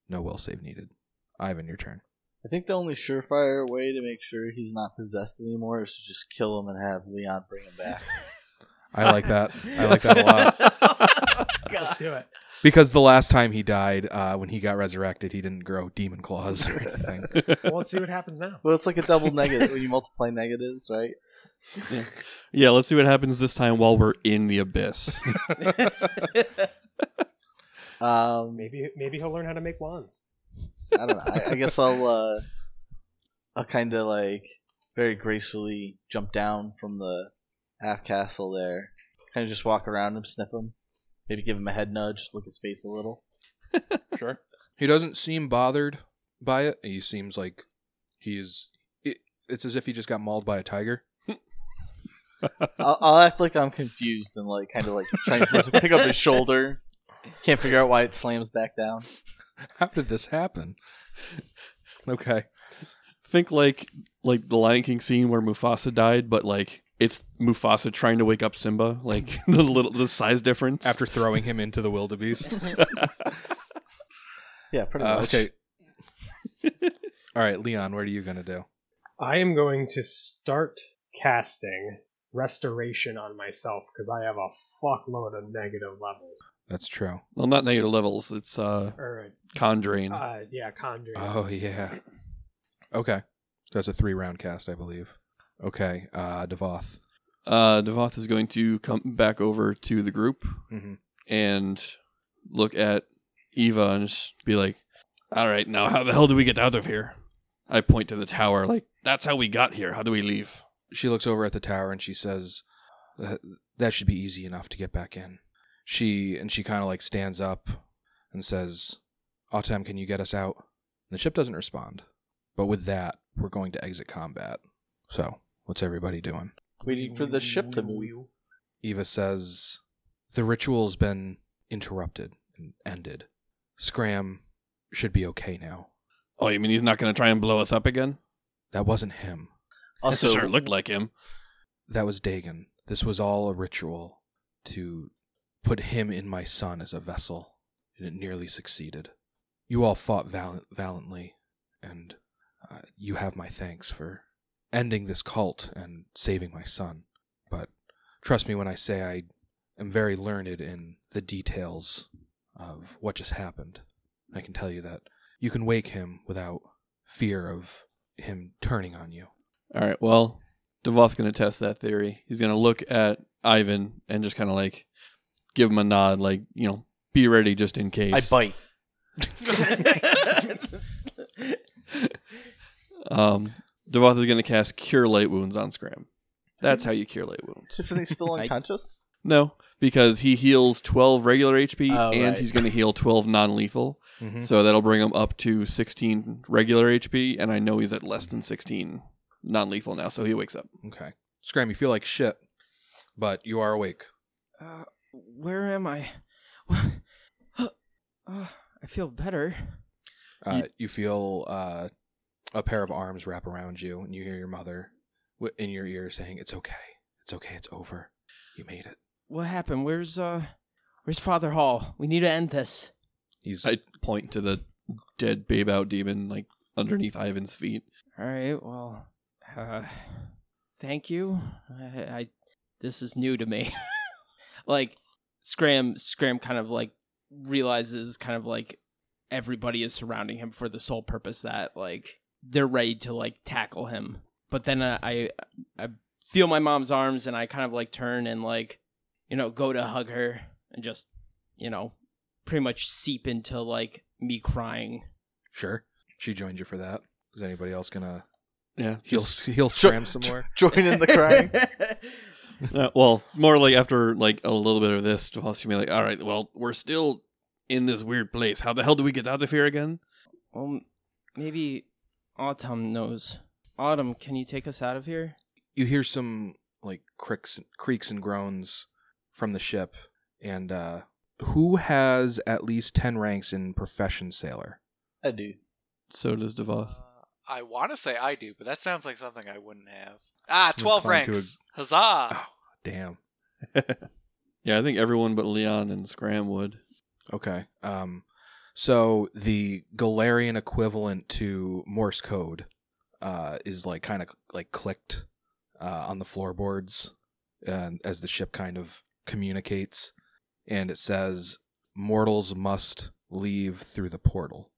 C: No will save needed. Ivan, your turn.
B: I think the only surefire way to make sure he's not possessed anymore is to just kill him and have Leon bring him back.
C: I
D: [LAUGHS]
C: like that. I like that a lot.
E: lot.
F: Let's do it.
C: Because the last time he died, uh, when he got resurrected, he didn't grow demon claws or anything.
F: Well, let's see what happens now.
B: well, it's like a double negative when you multiply negatives, right?
D: yeah. [LAUGHS] yeah, let's see what happens this time while we're in
A: [LAUGHS]
D: the abyss.
B: Um,
F: Maybe maybe he'll learn how to make wands.
B: I don't know. I, I guess I'll uh, I'll kind of like very gracefully jump down from the aft castle there, kind of just walk around him, sniff him, maybe give him a head nudge, look his face a little.
C: [LAUGHS] Sure. He doesn't seem bothered by it. He seems like he's. It, it's as if he just got mauled by a tiger. [LAUGHS]
B: I'll, I'll act like I'm confused and like kind of like
C: [LAUGHS]
B: trying to pick up his shoulder. Can't figure out why it slams back down.
C: How did this happen? [LAUGHS] Okay.
D: Think like like the Lion King scene where Mufasa died, but like it's Mufasa trying to wake up Simba, like [LAUGHS] the little the size difference.
C: After throwing him into the wildebeest.
B: Yeah, pretty
C: Uh,
B: much.
C: okay. All right, Leon, what are you going to do?
F: I am going to start casting restoration on myself because I have a fuckload of negative levels.
C: That's true.
D: well, not negative levels. It's uh
F: Or
D: conjuring.
F: uh, yeah, conjuring.
C: Oh, yeah. Okay. That's a three round cast, I believe. Okay. Uh, Devoth.
D: Uh, Devoth is going to come back over to the group
C: hmm
D: and look at Eva and just be like, "All right, now how the hell do we get out of here?" I point to the tower, like, "That's how we got here. How do we leave?"
C: She looks over at the tower and she says, "That, that should be easy enough to get back in." She and she kind of like stands up and says, "Autem, can you get us out?" And the ship doesn't respond. But with that, we're going to exit combat. So, what's everybody doing?
B: Waiting for the ship to move.
C: Eva says, "The ritual's been interrupted and ended. Scram should be okay now.
D: Oh, you mean he's not going to try and blow us up again?
C: That wasn't him.
B: Also,
D: sure looked like him.
C: That was Dagon. This was all a ritual to put him and my son as a vessel, and it nearly succeeded. You all fought val- valiantly, and uh, you have my thanks for ending this cult and saving my son. But trust me when I say I am very learned in the details of what just happened. I can tell you that you can wake him without fear of him turning on you.
D: All right, well, Devoth's going to test that theory. He's going to look at Ivan and just kind of like give him a nod, like, you know, be ready just in case.
B: I [LAUGHS] bite.
D: Um, Devoth is going to cast Cure Light Wounds on Scram. That's how you cure light wounds.
B: Isn't he still
E: I-
B: unconscious?
D: No, because he heals 12 regular HP
B: Oh,
D: and
B: right.
D: he's going to heal 12 non lethal.
C: Mm-hmm.
D: So that'll bring him up to 16 regular HP. And I know he's at less than 16 non lethal now, so he wakes up.
C: Okay. Scram, you feel like shit, but you are awake.
E: Uh, where am I? [LAUGHS] Uh, I feel better.
C: Uh, you feel uh, a pair of arms wrap around you, and you hear your mother wi- in your ear saying, "It's okay, it's okay, it's over. You made it."
E: What happened? Where's uh where's Father Hall? We need to end this.
C: He's
D: I point to the dead babe out demon like underneath Ivan's feet.
E: All right. Well, uh thank you. I, I this is new to me. [LAUGHS] like Scram Scram kind of like realizes kind of like everybody is surrounding him for the sole purpose that like they're ready to like tackle him. But then uh, I I feel my mom's arms and I kind of like turn and like you know go to hug her and just you know pretty much seep into like me crying.
C: sure she joined you for that. Is anybody else gonna
D: Yeah.
C: heal
D: just-
C: heal Scram some more?
B: Join in [LAUGHS] the
E: [LAUGHS]
B: crying.
D: [LAUGHS] uh, well, more like after like a little bit of this, Devos, you may like, all right, well, we're still in this weird place. How the hell do we get out of here again?
E: Well, m- maybe Autumn knows. Autumn, can you take us out of here?
C: you hear some like creaks, creaks and groans from the ship and uh who has at least 10 ranks in profession sailor
B: I do.
D: So does Devoth.
A: Uh, I want to say I do, but that sounds like something I wouldn't have. Ah, 12
C: climb to
A: ranks. Huzzah!
C: damn
D: yeah, I think everyone but Leon and Scram would.
C: okay um so the galarian equivalent to morse code uh is like kind of like clicked uh on the floorboards uh, as the ship kind of communicates and it says mortals must leave through the portal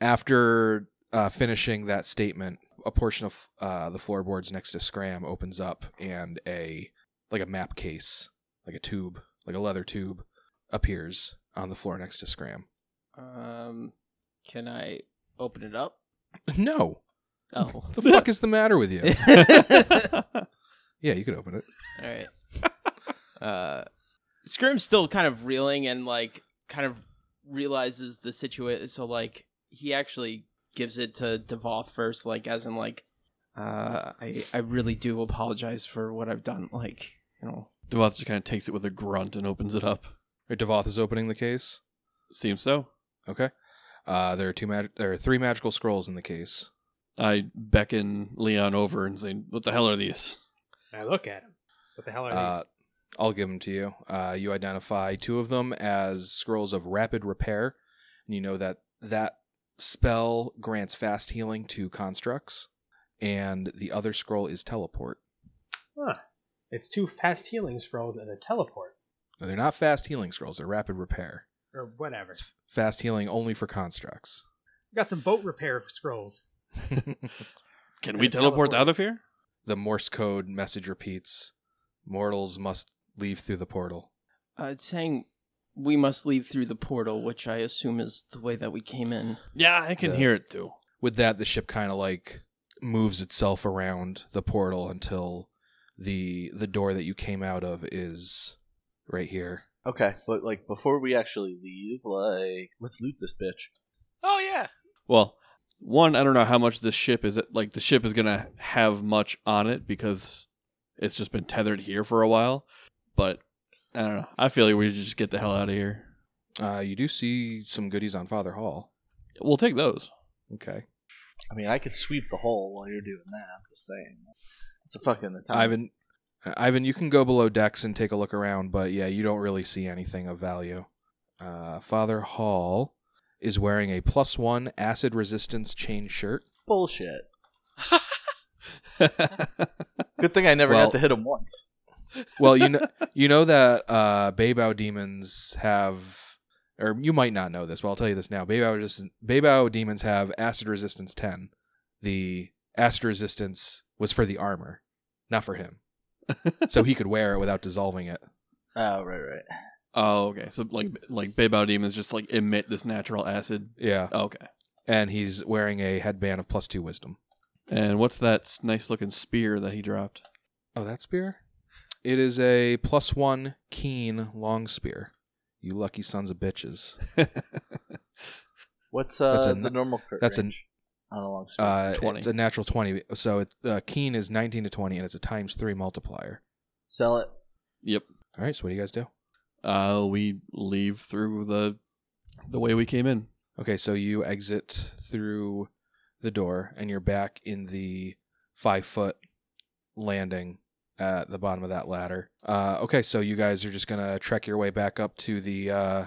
C: after uh, finishing that statement a portion of uh, the floorboards next to scram opens up and a like a map case like a tube like a leather tube appears on the floor next to scram
E: Um, can I open it [LAUGHS] up?
C: [LAUGHS] no
E: [LAUGHS] Oh.
C: [LAUGHS] the fuck is the matter with
E: [LAUGHS]
C: you
E: All
C: yeah you could open it
E: [LAUGHS] right. Uh, Scrim's still kind of reeling and like kind of realizes the situation. So like he actually gives it to Devoth first, like as in like, uh, I I really do apologize for what I've done. Like you know,
D: Devoth just kind of takes it with a grunt and opens it up.
C: Or Devoth is opening the case.
D: Seems so.
C: Okay. Uh, there are two mag- there are three magical scrolls in the case.
D: I beckon Leon over and say, What the hell are these?
F: I look at him. What the hell are
C: Uh, I'll give them to you. Uh, you identify two of them as scrolls of rapid repair, and you know that that spell grants fast healing to constructs, and the other scroll is teleport.
F: these? Huh. It's two fast healing scrolls and a teleport,
C: No, they're not fast healing scrolls; they're rapid repair.
F: or whatever.
C: It's fast healing only for [LAUGHS] constructs.
F: We got some boat repair scrolls.
D: Can
F: And
D: we
F: it
D: teleport
F: teleports.
D: out of here?
C: the Morse code message repeats: "Mortals must leave through the portal."
E: Uh, it's saying we must leave through the portal, which I assume is the way that we came in.
D: Yeah, I can
C: Yeah.
D: hear it too.
C: with that the ship kind of like moves itself around the portal until the the door that you came out of is right here
B: Okay, but like before we actually leave, like let's loot this bitch.
A: Oh, yeah. [LAUGHS]
D: Well, one, I don't know how much this ship is. Like, the ship is gonna have much on it because it's just been tethered here for a while. But I don't know. I feel like we should just get the hell out of here.
C: uh you do see some goodies on father hall
D: We'll take those. [LAUGHS]
C: okay
B: I mean, I could sweep the hole while you're doing that. I'm just saying, it's a fucking the time.
C: ivan ivan you can go below decks and take a look around but yeah you don't really see anything of value uh father hall is wearing a plus one acid resistance chain shirt
B: bullshit.
D: yeah,
B: Good thing I never
C: Well-
B: got to hit him once.
C: well, you know, you know that uh, Beibao demons have, or you might not know this, but I'll tell you this now. Beibao just Beibao demons have acid resistance ten. The acid resistance was for the armor, not for him, so he could wear it without dissolving it.
B: Oh right, right.
D: Oh, okay. So like, like Beibao demons just like emit this natural acid.
C: Yeah,
D: Okay.
C: and he's wearing a headband of plus two wisdom.
D: And what's that nice looking spear that he dropped?
C: Oh, that spear! It is a plus one keen long spear. You lucky sons of bitches.
D: [LAUGHS]
B: What's uh
C: That's a
B: the
C: n-
B: normal crit
C: that's a n-
B: range on a long spear?
C: Uh,
D: 20.
C: It's a natural twenty, so it, uh, keen is nineteen to twenty, and it's a times three multiplier.
B: Sell it.
D: Yep.
C: All right, so what do you guys do?
D: Uh, we leave through the the way we came in.
C: Okay, so you exit through the door, and you're back in the five foot landing at the bottom of that ladder. Uh, okay, so you guys are just gonna trek your way back up to the uh,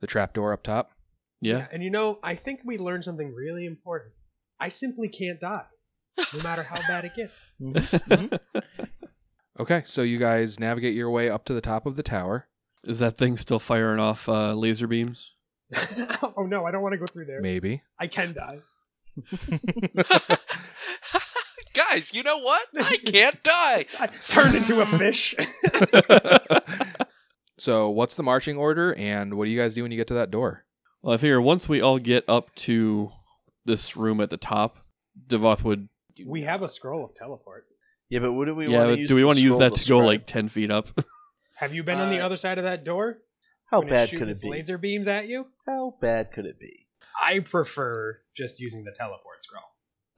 C: the trap door up top.
D: Yeah.
F: And you know, I think we learned something really important. I simply can't die, no matter how bad it
C: [LAUGHS]
F: gets.
C: Mm-hmm. Okay, so you guys navigate your way up to the top of the tower.
D: Is that thing still firing off uh, laser beams?
F: [LAUGHS]
D: [LAUGHS]
F: oh no, I don't want to go through there.
C: Maybe.
F: I can die.
A: Guys, you know what? I can't die.
F: I turned into
B: [LAUGHS]
F: a fish.
C: so, what's the marching order, and what do you guys do when you get to that door?
D: Well, I figure once we all get up to this room at the top, Devoth would.
F: we have a scroll of teleport.
B: Yeah, but what do we
D: yeah,
B: want
D: but
B: to use?
D: do we
B: the
D: want to use
B: scroll
D: that to go
B: spread?
D: like ten feet up? [LAUGHS]
F: Have you been on the
E: Uh,
F: other side of that door?
B: How
F: when
B: bad
F: shoots
B: could it
F: its
B: be?
F: Laser beams at you.
B: How bad could it be?
F: I prefer just using the teleport scroll.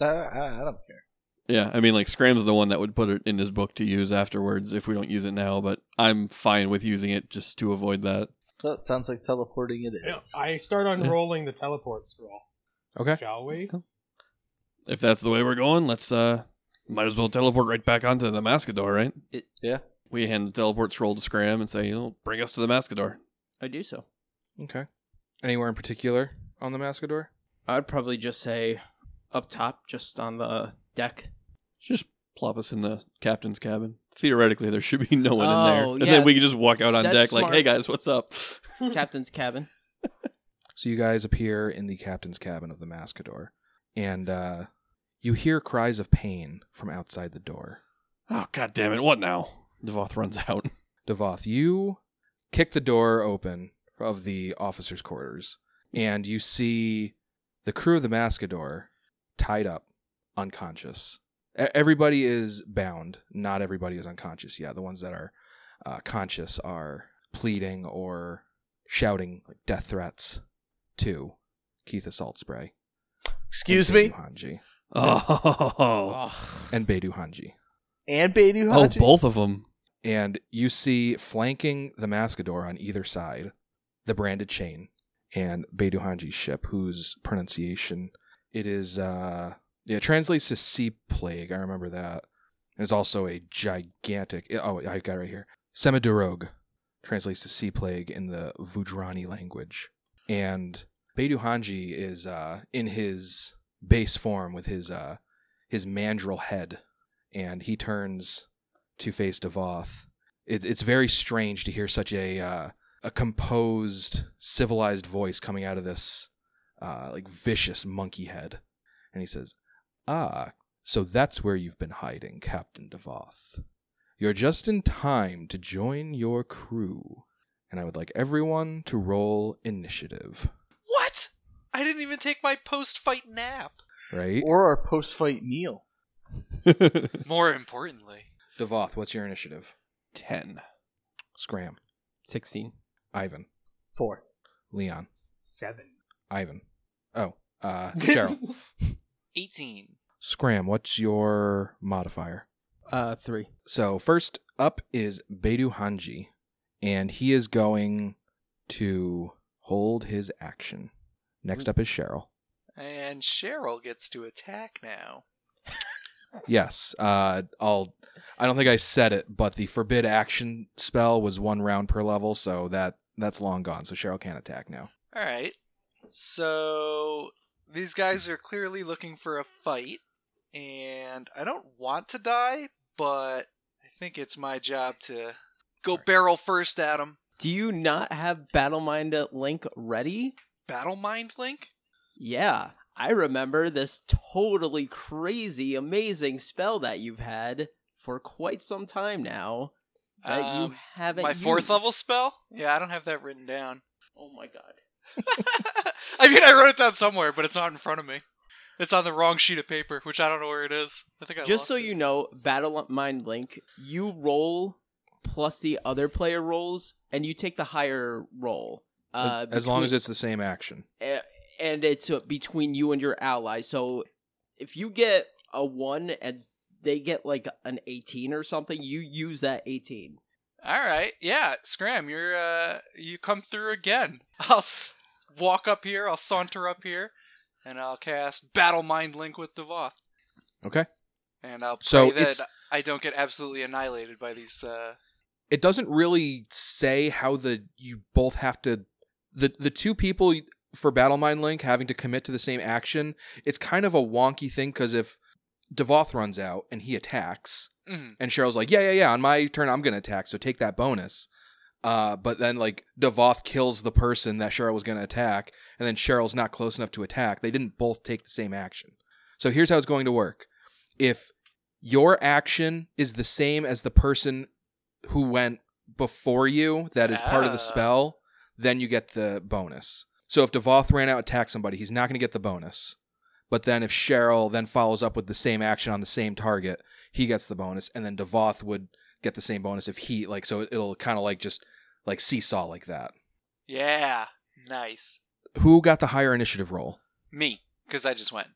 B: Uh, I, I don't care.
D: yeah, I mean, like Scram's the one that would put it in his book to use afterwards if we don't use it now. But I'm fine with using it just to avoid that.
B: Well, it sounds like teleporting it
F: Yeah,
B: is.
F: I start
D: Yeah.
F: unrolling the teleport scroll.
C: Okay.
F: Shall we?
D: If that's the way we're going, let's uh, might as well teleport right back onto the Mascador, right?
E: It-
B: Yeah.
D: We hand the teleport scroll to Scram and say, you know, bring us to the Mascador.
E: I do so.
C: Okay. Anywhere in particular on the Mascador?
E: I'd probably just say up top, just on the deck.
D: Just plop us in the captain's cabin. Theoretically, there should be no one
E: Oh,
D: in there, and
E: yeah.
D: then we can just walk out on
E: That's
D: deck like,
E: smart.
D: "Hey guys, what's up?"
E: Captain's cabin.
C: So you guys appear in the captain's cabin of the Mascador, and uh, you hear cries of pain from outside the door.
D: [LAUGHS] oh god damn it! What now? Devoth runs
E: [LAUGHS]
D: out.
C: Devoth, you kick the door open of the officers' quarters, and you see the crew of the Mascador tied up, unconscious. E- Everybody is bound. Not everybody is unconscious. Yeah, the ones that are uh, conscious are pleading or shouting like, death threats to Keith Assault Spray.
B: Excuse
C: and Beidou
B: me?
C: Hanji,
D: Oh,
E: Ugh.
C: and Beidou Hanji.
B: And Beidou
D: oh,
B: Haji?
D: both of them.
C: and you see flanking the Mascador on either side, the branded chain and Beiduhanji's ship, whose pronunciation it is uh yeah, it translates to sea plague. I remember that. There's also a gigantic oh I got it right here. Semidurog translates to sea plague in the Vudrani language. And Beiduhanji is uh in his base form with his uh his mandrel head and he turns to face Devoth. It, it's very strange to hear such a uh, a composed, civilized voice coming out of this uh, like vicious monkey head, and he says, "Ah, so that's where you've been hiding, Captain Devoth. You're just in time to join your crew, and I would like everyone to roll initiative,
A: What? I didn't even take my post-fight nap.
C: right?
B: Or our post fight meal.
A: More importantly,
C: Devoth, what's your initiative?
D: Ten.
C: Scram,
E: 16.
C: Ivan,
B: Four.
C: Leon,
F: Seven.
C: Ivan. Oh, uh,
F: [LAUGHS]
C: Cheryl.
A: 18.
C: Scram, what's your modifier?
E: Uh, 3.
C: So first up is Beidou Hanji, and he is going to hold his action. Next up is Cheryl.
A: And Cheryl gets to attack now.
C: Yes, uh, I'll. I don't think I said it, but the forbid action spell was one round per level, so that that's long gone. So Cheryl can't attack now.
A: All right. So these guys are clearly looking for a fight, and I don't want to die, but I think it's my job to go barrel first at them.
E: Do you not have Battle Mind Link ready?
A: Battle mind link.
E: Yeah, I remember this totally crazy, amazing spell that you've had for quite some time now that you
A: Um,
E: haven't.
A: my fourth
E: used.
A: level spell. Yeah, I don't have that written down. [LAUGHS]
E: Oh my god.
A: I mean, I wrote it down somewhere, but it's not in front of me. It's on the wrong sheet of paper, which I don't know where it is. I think I
E: Just
A: lost
E: so
A: it.
E: you know, Battle Mind Link, you roll plus the other player rolls, and you take the higher roll. Uh,
C: as long
E: between-
C: as it's the same action.
E: a- and it's uh, between you and your ally. So if you get a one and they get like an eighteen or something, you use that eighteen.
A: All right, yeah, Scram, you're [LAUGHS] uh, you come through again. I'll s- walk up here. I'll saunter up here. and I'll cast Battle Mind Link with Devoth.
C: Okay.
A: And I'll pray
C: So
A: that
C: it's-
A: I don't get absolutely annihilated by these. Uh,
C: it doesn't really say how the you both have to the the two people for Battlemind Link having to commit to the same action. It's kind of a wonky thing because if Devoth runs out and he attacks,
A: mhm.
C: and Cheryl's like, "Yeah, yeah, yeah, on my turn I'm gonna attack, so take that bonus." Uh, but then like Devoth kills the person that Cheryl was gonna attack, and then Cheryl's not close enough to attack. They didn't both take the same action. So here's how it's going to work: if your action is the same as the person who went before you, that is part of
A: Ah.
C: the spell, then you get the bonus. So if Devoth ran out and attacked somebody, he's not gonna get the bonus. But then if Cheryl then follows up with the same action on the same target, he gets the bonus, and then Devoth would get the same bonus if he like. So it'll kind of like just like seesaw like that.
A: yeah, nice.
C: Who got the higher initiative roll?
A: Me, because I just went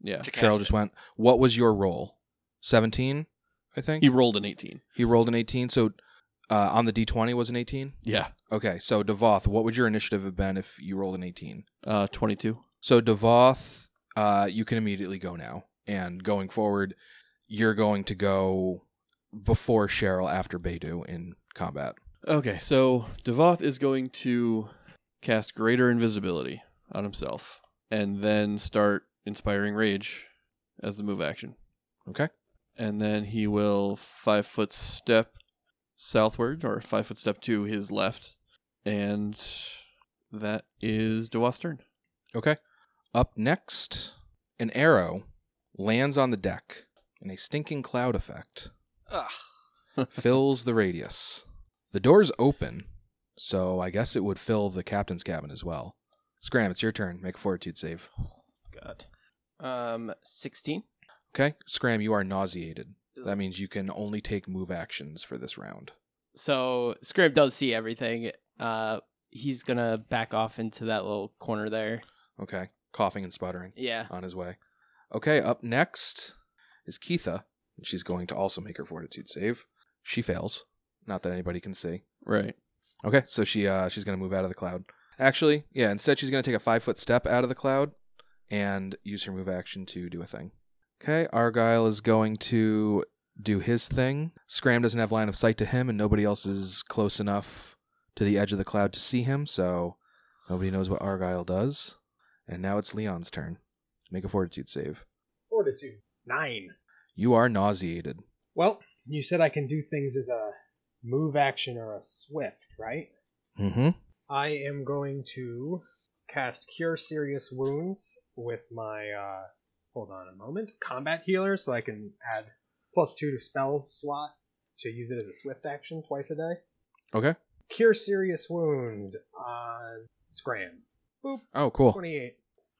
D: Yeah.
A: to cast.
C: Cheryl
A: it.
C: just went. What was your roll? Seventeen, I think.
D: He rolled an 18.
C: He rolled an eighteen. So uh, on the d twenty was an eighteen.
D: Yeah.
C: Okay, so Devoth, what would your initiative have been if you rolled an eighteen?
D: Uh, 22.
C: So Devoth, uh, you can immediately go now, and going forward, you're going to go before Cheryl after Beidou in combat.
D: Okay, so Devoth is going to cast Greater Invisibility on himself and then start Inspiring Rage as the move action.
C: Okay.
D: And then he will five foot step southward or five foot step to his left. And that is Devoth's turn.
C: Okay. Up next, an arrow lands on the deck, and a stinking cloud effect
A: Ugh.
C: fills the radius. The door's open, so I guess it would fill the captain's cabin as well. Scram, it's your turn. Make a fortitude save.
E: God. Um, 16.
C: Okay? Scram, you are nauseated. That means you can only take move actions for this round.
E: So Scrib does see everything. Uh, he's gonna back off into that little corner there.
C: Okay? Coughing and sputtering
E: Yeah.
C: on his way. Okay, up next is Keitha. She's going to also make her fortitude save. She fails. Not that anybody can see.
D: Right.
C: Okay, so she uh she's gonna move out of the cloud. Actually, yeah, instead she's gonna take a five foot step out of the cloud and use her move action to do a thing. Okay, Argyle is going to do his thing. Scram doesn't have line of sight to him, and nobody else is close enough to the edge of the cloud to see him, so nobody knows what Argyle does. And now it's Leon's turn. Make a fortitude save.
F: Fortitude. Nine.
C: You are nauseated.
F: Well, you said I can do things as a move action or a swift, right?
C: Mm-hmm.
F: I am going to cast Cure Serious Wounds with my, uh, hold on a moment, Combat Healer, so I can add plus two to spell slot to use it as a swift action twice a day.
C: Okay.
F: Cure Serious Wounds on Scram.
C: Oh, cool.
F: 28.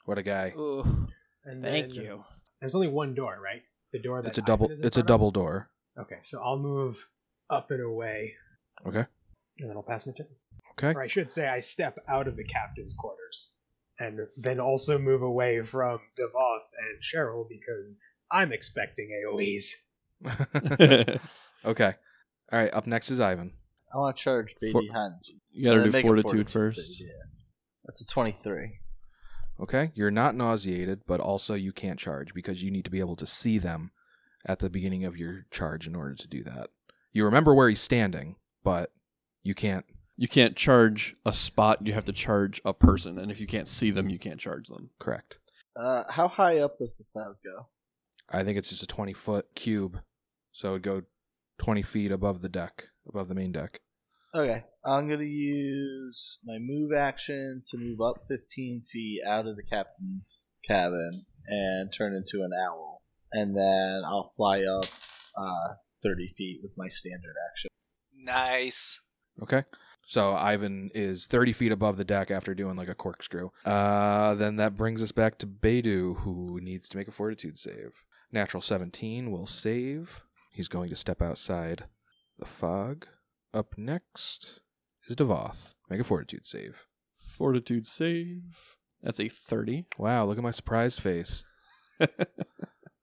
C: What a guy.
E: Ooh,
F: And
E: thank
F: then-
E: you.
F: There's only one door, right? The door that
C: It's a
F: Ivan
C: double
F: is in
C: it's a
F: front of?
C: double door.
F: Okay, so I'll move up and away.
C: Okay.
F: And then I'll pass my turn.
C: Okay.
F: Or I should say, I step out of the captain's quarters, and then also move away from Devoth and Cheryl because I'm expecting AOE's.
C: okay. All right. Up next is Ivan.
B: I want to charge baby
D: For-
B: Hunt.
D: You gotta
B: Uh,
D: do
B: make a
D: fortitude, first.
B: save, yeah. That's a 23.
C: Okay. You're not nauseated, but also you can't charge because you need to be able to see them at the beginning of your charge in order to do that. You remember where he's standing, but you can't.
D: You can't charge a spot, you have to charge a person. And if you can't see them, you can't charge them.
C: Correct.
B: Uh, how high up does the cloud go?
C: I think it's just a 20 foot cube. So it'd go 20 feet above the deck, above the main deck.
B: Okay, I'm gonna use my move action to move up 15 feet out of the captain's cabin and turn into an owl, and then I'll fly up uh, 30 feet with my standard action.
A: Nice.
C: Okay. So Ivan is 30 feet above the deck after doing like a corkscrew. Uh, then that brings us back to Beidou, who needs to make a fortitude save. Natural 17 will save. He's going to step outside the fog. Up next is Devoth. Make a fortitude save.
D: Fortitude save. That's a 30.
C: Wow, look at my surprised face.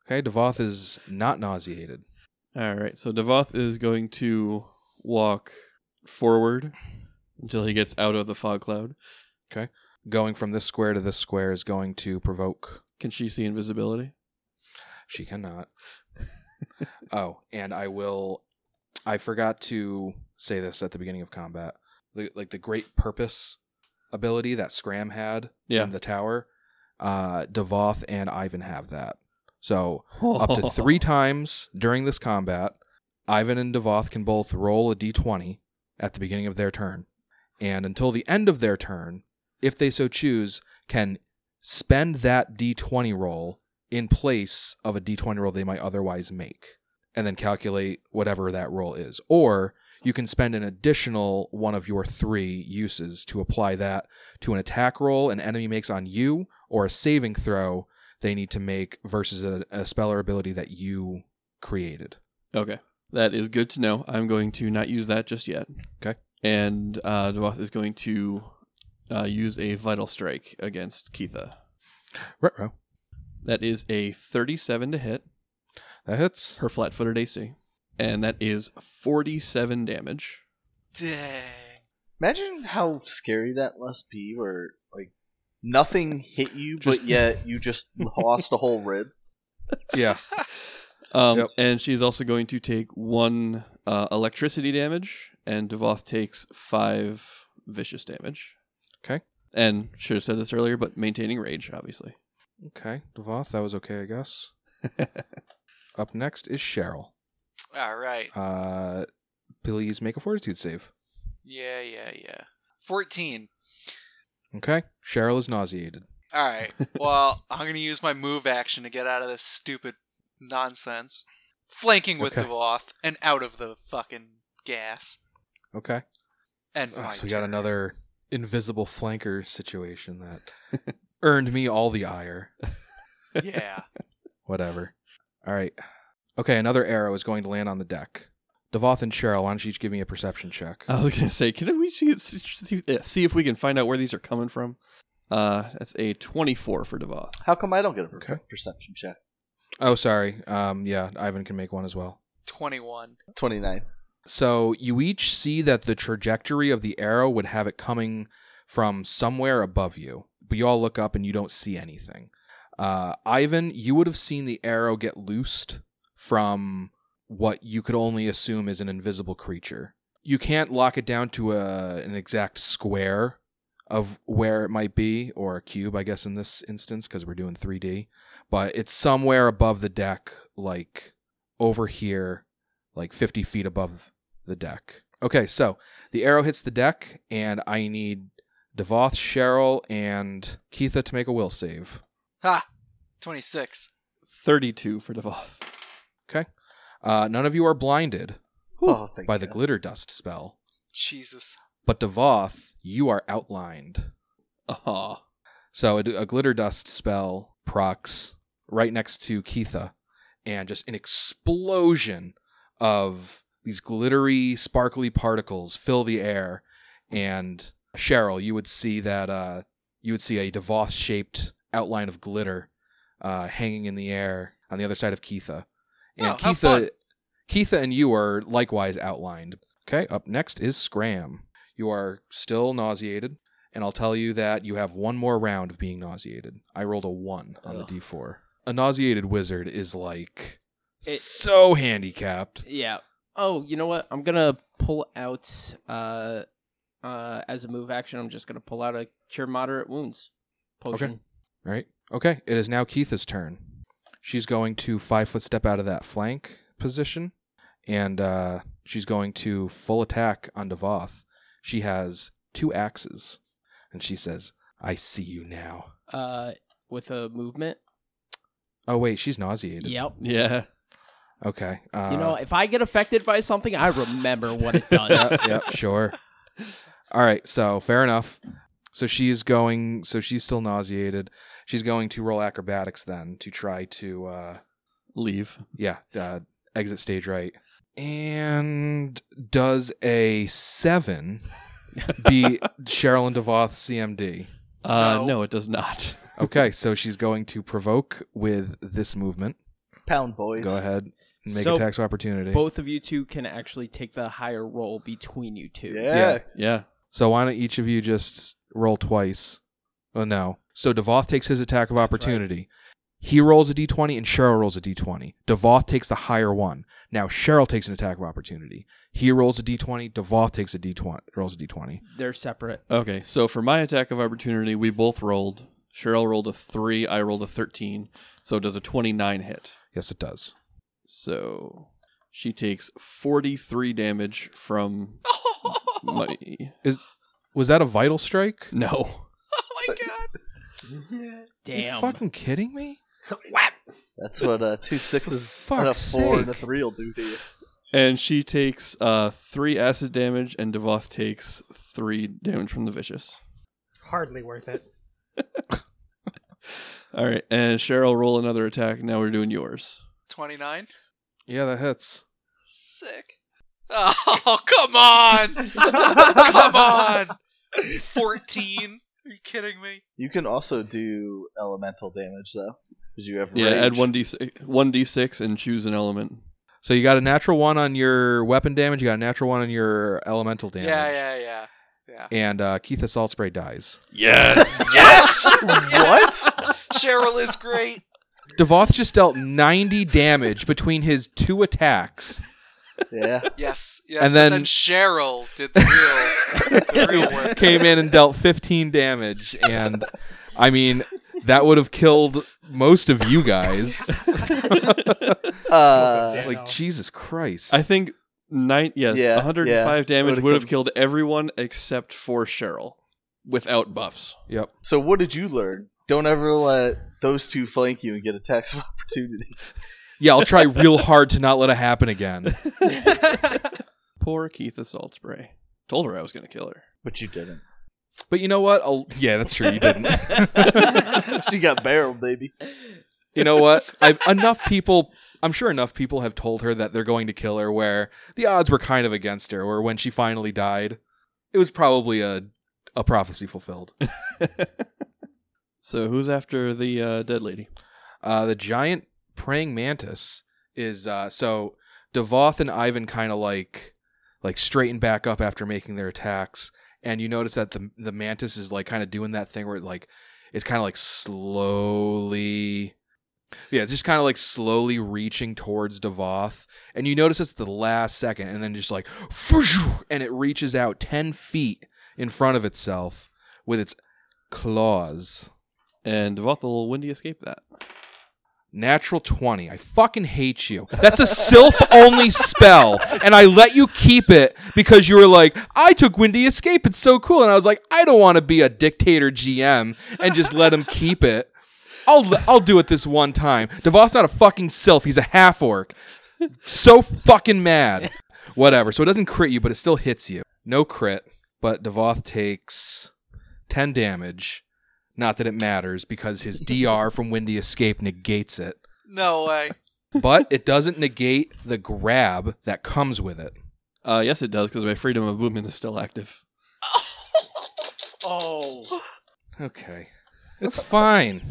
C: Okay, Devoth is not nauseated.
D: All right. So Devoth is going to walk forward until he gets out of the fog cloud.
C: Okay. going from this square to this square is going to provoke.
D: Can she see invisibility?
C: She cannot. [LAUGHS] oh, and I will. I forgot to say this at the beginning of combat. The, like the great purpose ability that Scram had
D: Yeah.
C: in the tower, uh, Devoth and Ivan have that. So up
D: [LAUGHS]
C: to three times during this combat, Ivan and Devoth can both roll a d20 at the beginning of their turn. And until the end of their turn, if they so choose, can spend that d20 roll in place of a d20 roll they might otherwise make, and then calculate whatever that roll is. Or you can spend an additional one of your three uses to apply that to an attack roll an enemy makes on you or a saving throw they need to make versus a, a spell or ability that you created.
D: Okay. That is good to know. I'm going to not use that just yet.
C: Okay.
D: And uh, Devoth is going to uh, use a vital strike against Keitha.
C: Retro.
D: That is a 37 to hit,
C: That hits.
D: her flat footed AC. And that is 47 damage.
A: Dang.
B: Imagine how scary that must be, where like nothing hit you,
D: Just-
B: but yet you just lost a whole rib.
C: Yeah.
D: Um,
C: Yep.
D: And she's also going to take one uh, electricity damage, and Devoth takes five vicious damage.
C: Okay.
D: And should have said this earlier, but maintaining rage, obviously.
C: [LAUGHS] Okay. Devoth, that was okay, I guess. Up next is Cheryl.
A: All right.
C: Uh, please make a fortitude save.
A: Yeah, yeah, yeah. 14.
C: Okay. Cheryl is nauseated.
A: All right. Well, [LAUGHS] I'm going to use my move action to get out of this stupid nonsense. Flanking with
C: Okay.
A: Devoth and out of the fucking gas.
C: Okay.
A: And
C: Oh,
A: my
C: so we got
A: turn.
C: another [LAUGHS] invisible flanker situation that earned me all the ire.
A: Yeah.
C: Whatever. All right. Okay, another arrow is going to land on the deck. Devoth and Cheryl, why don't you each give me a perception check?
D: [LAUGHS] I was gonna say, can we see, see see if we can find out where these are coming from? Uh, that's a twenty-four for Devoth.
B: How come I don't get a
C: [LAUGHS]
B: per-
C: Okay.
B: perception check?
C: Oh, sorry. Um, yeah, Ivan can make one as well.
A: 21.
B: Twenty nine.
C: So you each see that the trajectory of the arrow would have it coming from somewhere above you, but you all look up and you don't see anything. Uh, Ivan, you would have seen the arrow get loosed from what you could only assume is an invisible creature. You can't lock it down to a, an exact square of where it might be, or a cube, I guess, in this instance, because we're doing 3D, but it's somewhere above the deck, like over here, like 50 feet above the deck. Okay, so the arrow hits the deck, and I need Devoth, Cheryl, and Keitha to make a will save.
A: Ha! 26.
D: Thirty-two for Devoth.
C: Uh, none of you are blinded
B: Oh, thank
C: by the
B: God.
C: glitter dust spell,
A: Jesus. [LAUGHS]
C: but Devoth, you are outlined.
D: Ah,
C: So a, a glitter dust spell procs right next to Keitha, and just an explosion of these glittery, sparkly particles fill the air. And Cheryl, you would see that uh, you would see a Devoth shaped outline of glitter uh, hanging in the air on the other side of Keitha, and
A: Oh, how fun.
C: Keitha, Keitha and you are likewise outlined. Okay, up next is Scram. You are still nauseated and I'll tell you that you have one more round of being nauseated. I rolled a one on
D: Ugh.
C: the d4. A nauseated wizard is like
E: It-
C: so handicapped.
E: Yeah. Oh, you know what? I'm gonna pull out uh uh as a move action, I'm just gonna pull out a cure moderate wounds potion.
C: Right? Okay, it is now Keitha's turn. She's going to five foot step out of that flank position, and uh, she's going to full attack on Devoth. She has two axes, and she says, "I see you now."
E: Uh with a movement.
C: Oh wait, she's nauseated.
E: Yep.
D: yeah.
C: Okay. Uh,
E: you know, if I get affected by something, I remember
C: [LAUGHS]
E: what it does.
C: yeah, sure. All right, so fair enough. So she is going. So she's still nauseated. She's going to roll acrobatics then to try to, uh,
D: Leave.
C: yeah, uh, exit stage right. And does a seven beat Cheryl and Devoth CMD?
D: Uh,
A: No.
D: no, it does not. [LAUGHS]
C: Okay, so she's going to provoke with this movement.
B: Pound boys.
C: Go ahead, and make
E: So,
C: a tax opportunity.
E: Both of you two can actually take the higher roll between you two.
B: Yeah.
D: Yeah.
C: So why don't each of you just roll twice Oh no. So Devoth takes his attack of opportunity. He rolls a d20 and Cheryl rolls a d20. Devoth takes the higher one. Now Cheryl takes an attack of opportunity. He rolls a d20. Devoth takes a d20. Rolls a d20.
E: They're separate.
D: Okay, so for my attack of opportunity, we both rolled. Cheryl rolled a three, I rolled a thirteen. So does a twenty-nine hit.
C: Yes, it does.
D: So she takes forty-three damage from
A: Oh
D: my.
C: Was that a vital strike?
D: No,
A: Oh my god.
C: You
E: Damn.
C: fucking kidding me?
F: [LAUGHS] Whap!
B: That's what uh, two sixes
C: For
B: and a
C: fuck's
B: four and a
C: sake.
B: three will do to you.
D: and she takes uh three acid damage, and Devoth takes three damage from the vicious.
F: Hardly worth it.
D: All right, and Cheryl roll another attack. Now we're doing yours.
A: 29.
C: Yeah, that hits.
A: Sick. Oh, [LAUGHS] come on. come on. 14. Are you kidding me?
B: You can also do elemental damage though, because you have
D: Yeah, add
B: rage.
D: one d one d six and choose an element. [LAUGHS]
C: So you got a natural one on your weapon damage. You got a natural one on your elemental damage.
A: Yeah, yeah, yeah. Yeah.
C: [LAUGHS] And uh, Keith Assault Spray dies.
D: Yes.
A: [LAUGHS] Yes! what? Cheryl is great.
C: Devoth just dealt 90 damage between his two attacks.
D: [LAUGHS]
B: Yeah,
A: Yes, yes.
C: And
A: but
C: then-
A: then Cheryl did the real, the real work.
C: Came in and dealt 15 damage. And I mean, that would have killed most of you guys.
B: uh,
C: Like, Jesus Christ.
D: I think nine. Yeah,
B: Yeah,
D: 105 damage
B: Would've
D: would have
B: killed-
D: killed everyone except for Cheryl, without buffs.
C: yep.
B: so what did you learn? Don't ever let those two flank you and get attacks of [LAUGHS] opportunity.
C: Yeah, I'll try real hard to not let it happen again.
D: Poor Keith Assault Spray. Told her I was gonna kill her.
B: But you didn't. [LAUGHS]
C: But you know what? I'll, yeah, that's true. You didn't.
B: she got barreled, baby.
C: you know what? I've, enough people, I'm sure enough people have told her that they're going to kill her where the odds were kind of against her, where when she finally died, it was probably a, a prophecy fulfilled.
D: So who's after the uh, dead lady?
C: Uh, the giant praying mantis is uh, so Devoth and Ivan kind of like like straighten back up after making their attacks, and you notice that the the mantis is like kind of doing that thing where it like it's kind of like slowly. Yeah, it's just kind of like slowly reaching towards Devoth, and you notice it's the last second, and then just like, [LAUGHS] and it reaches out ten feet in front of itself with its claws.
D: And Devoth will windy escape that.
C: Natural 20. I fucking hate you. That's a sylph only spell. And I let you keep it because you were like, I took Windy Escape. It's so cool. And I was like, I don't want to be a dictator GM and just let him keep it. I'll, I'll do it this one time. Devoth's not a fucking sylph. He's a half orc. So fucking mad. Whatever. So it doesn't crit you, but it still hits you. No crit. But Devoth takes 10 damage. Not that it matters because his DR from Windy Escape negates it,
A: No way.
C: but it doesn't negate the grab that comes with it.
D: Uh, yes, it does because my freedom of movement is still active.
E: Oh.
C: Okay. It's fine.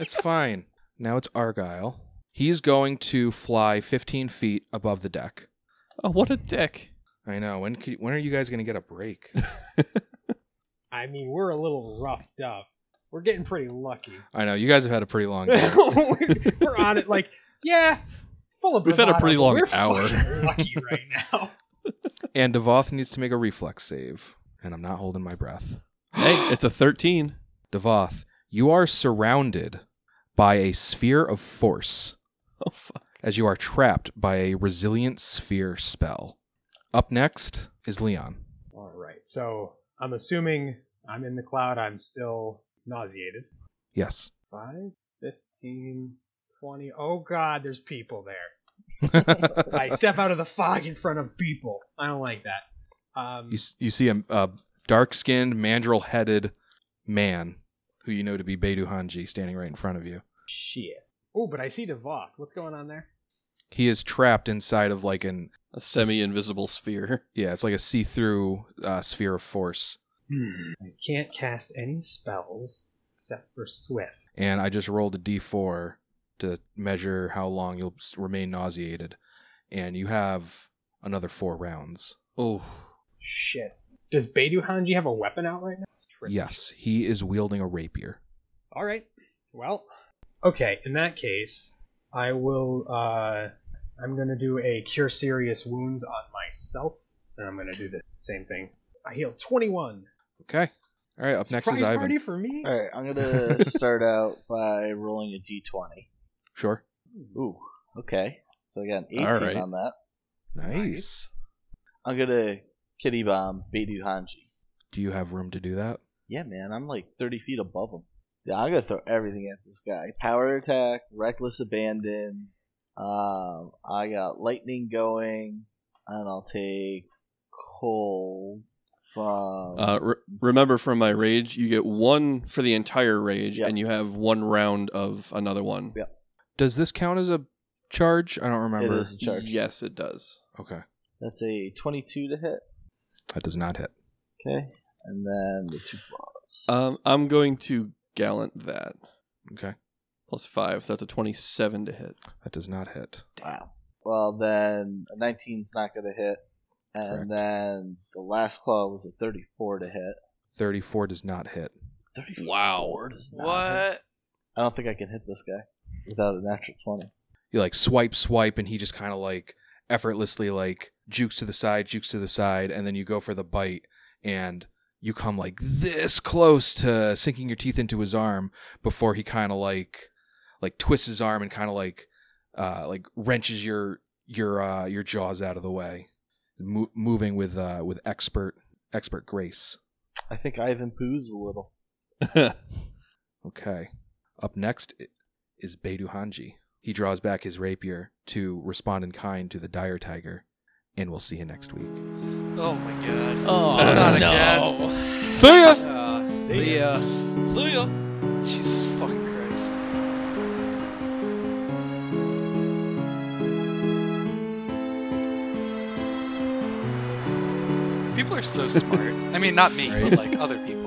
C: it's fine. Now it's Argyle. He's going to fly 15 feet above the deck.
D: Oh, what a dick!
C: I know. When c- when are you guys going to get a break?
F: I mean, we're a little roughed up. We're getting pretty
D: [LAUGHS]
F: lucky.
C: [LAUGHS] I know. You guys have had a pretty long [LAUGHS] day.
F: we're on it. Like, yeah, it's full of.
D: We've had a
F: bravado,
D: pretty
F: but
D: long
F: we're
D: hour.
F: fucking lucky right now.
C: And Devoth needs to make a reflex save, and I'm not holding my breath.
D: [GASPS] hey, it's a thirteen.
C: Devoth, you are surrounded by a sphere of force.
D: [GASPS] Oh fuck!
C: as you are trapped by a resilient sphere spell. Up next is Leon.
F: All right. So I'm assuming I'm in the cloud. I'm still nauseated.
C: Yes. [LAUGHS]
F: 5, 15, 20. Oh, God, there's people there.
C: [LAUGHS]
F: I step out of the fog in front of people. I don't like that. Um,
C: you, s- you see a, a dark skinned, mandrel headed man who you know to be Beidou Hanji standing right in front of you.
F: shit. Oh, but I see Devoth. What's going on there?
C: He is trapped inside of like an,
D: A semi-invisible sphere.
C: yeah, it's like a see through uh, sphere of force.
F: I can't cast any spells except for Swift.
C: And I just rolled a d4 to measure how long you'll s- remain nauseated. And you have another four rounds.
D: Oh,
F: Shit. Does Beidou Hanji have a weapon out right now? Rich.
C: Yes, he is wielding a rapier.
F: All right. Well, okay. In that case, I will. uh I'm gonna do a cure serious wounds on myself, and I'm gonna do the same thing. I heal 21.
C: Okay. All right. Up next
F: Surprise
C: is Ivan.
F: party for me.
B: All right, I'm [LAUGHS] gonna start out by rolling a d20.
C: Sure.
B: Ooh, okay. So I got an 18
D: All right.
B: on that.
C: Nice.
B: I'm gonna kitty bomb Beidou Hanji.
C: Do you have room to do that?
B: Yeah, man, I'm like 30 feet above him. Yeah, I'm gonna throw everything at this guy. Power attack, reckless abandon. Um, I got lightning going, and I'll take cold from.
D: Uh, re- remember from my rage, you get one for the entire rage,
B: Yep.
D: and you have one round of another one.
B: Yep.
C: Does this count as a charge? I don't
B: it
C: remember.
B: is a charge.
D: Yes, it does.
C: Okay.
B: That's a 22 to hit.
C: That does not hit.
B: Okay, and then the two claws.
D: Um, I'm going to gallant that
C: Okay.
D: plus five. So that's a twenty-seven to hit.
C: That does not hit.
B: Wow. Well, then a 19's not going to hit. And
C: Correct.
B: then the last claw was a 34 to hit.
C: 34 does not hit.
B: 34
D: Wow.
B: does not hit.
A: What?
B: I don't think I can hit this guy without a natural 20.
C: You like swipe, swipe, and he just kind of like effortlessly like jukes to the side, jukes to the side, and then you go for the bite and you come like this close to sinking your teeth into his arm before he kind of like like twists his arm and kind of like uh like wrenches your your uh your jaws out of the way Mo- moving with uh with expert expert grace
B: I think Ivan poos a little.
C: Okay. Up next i- is Beidou Hanji. He draws back his rapier to respond in kind to the dire tiger, and we'll see you next week.
A: Oh my god.
C: [LAUGHS]
E: Oh,
A: Not
E: no.
D: See ya.
A: Ah,
E: See ya.
A: see ya. Jesus fucking Christ. People are so smart. I mean, not me, but like other people.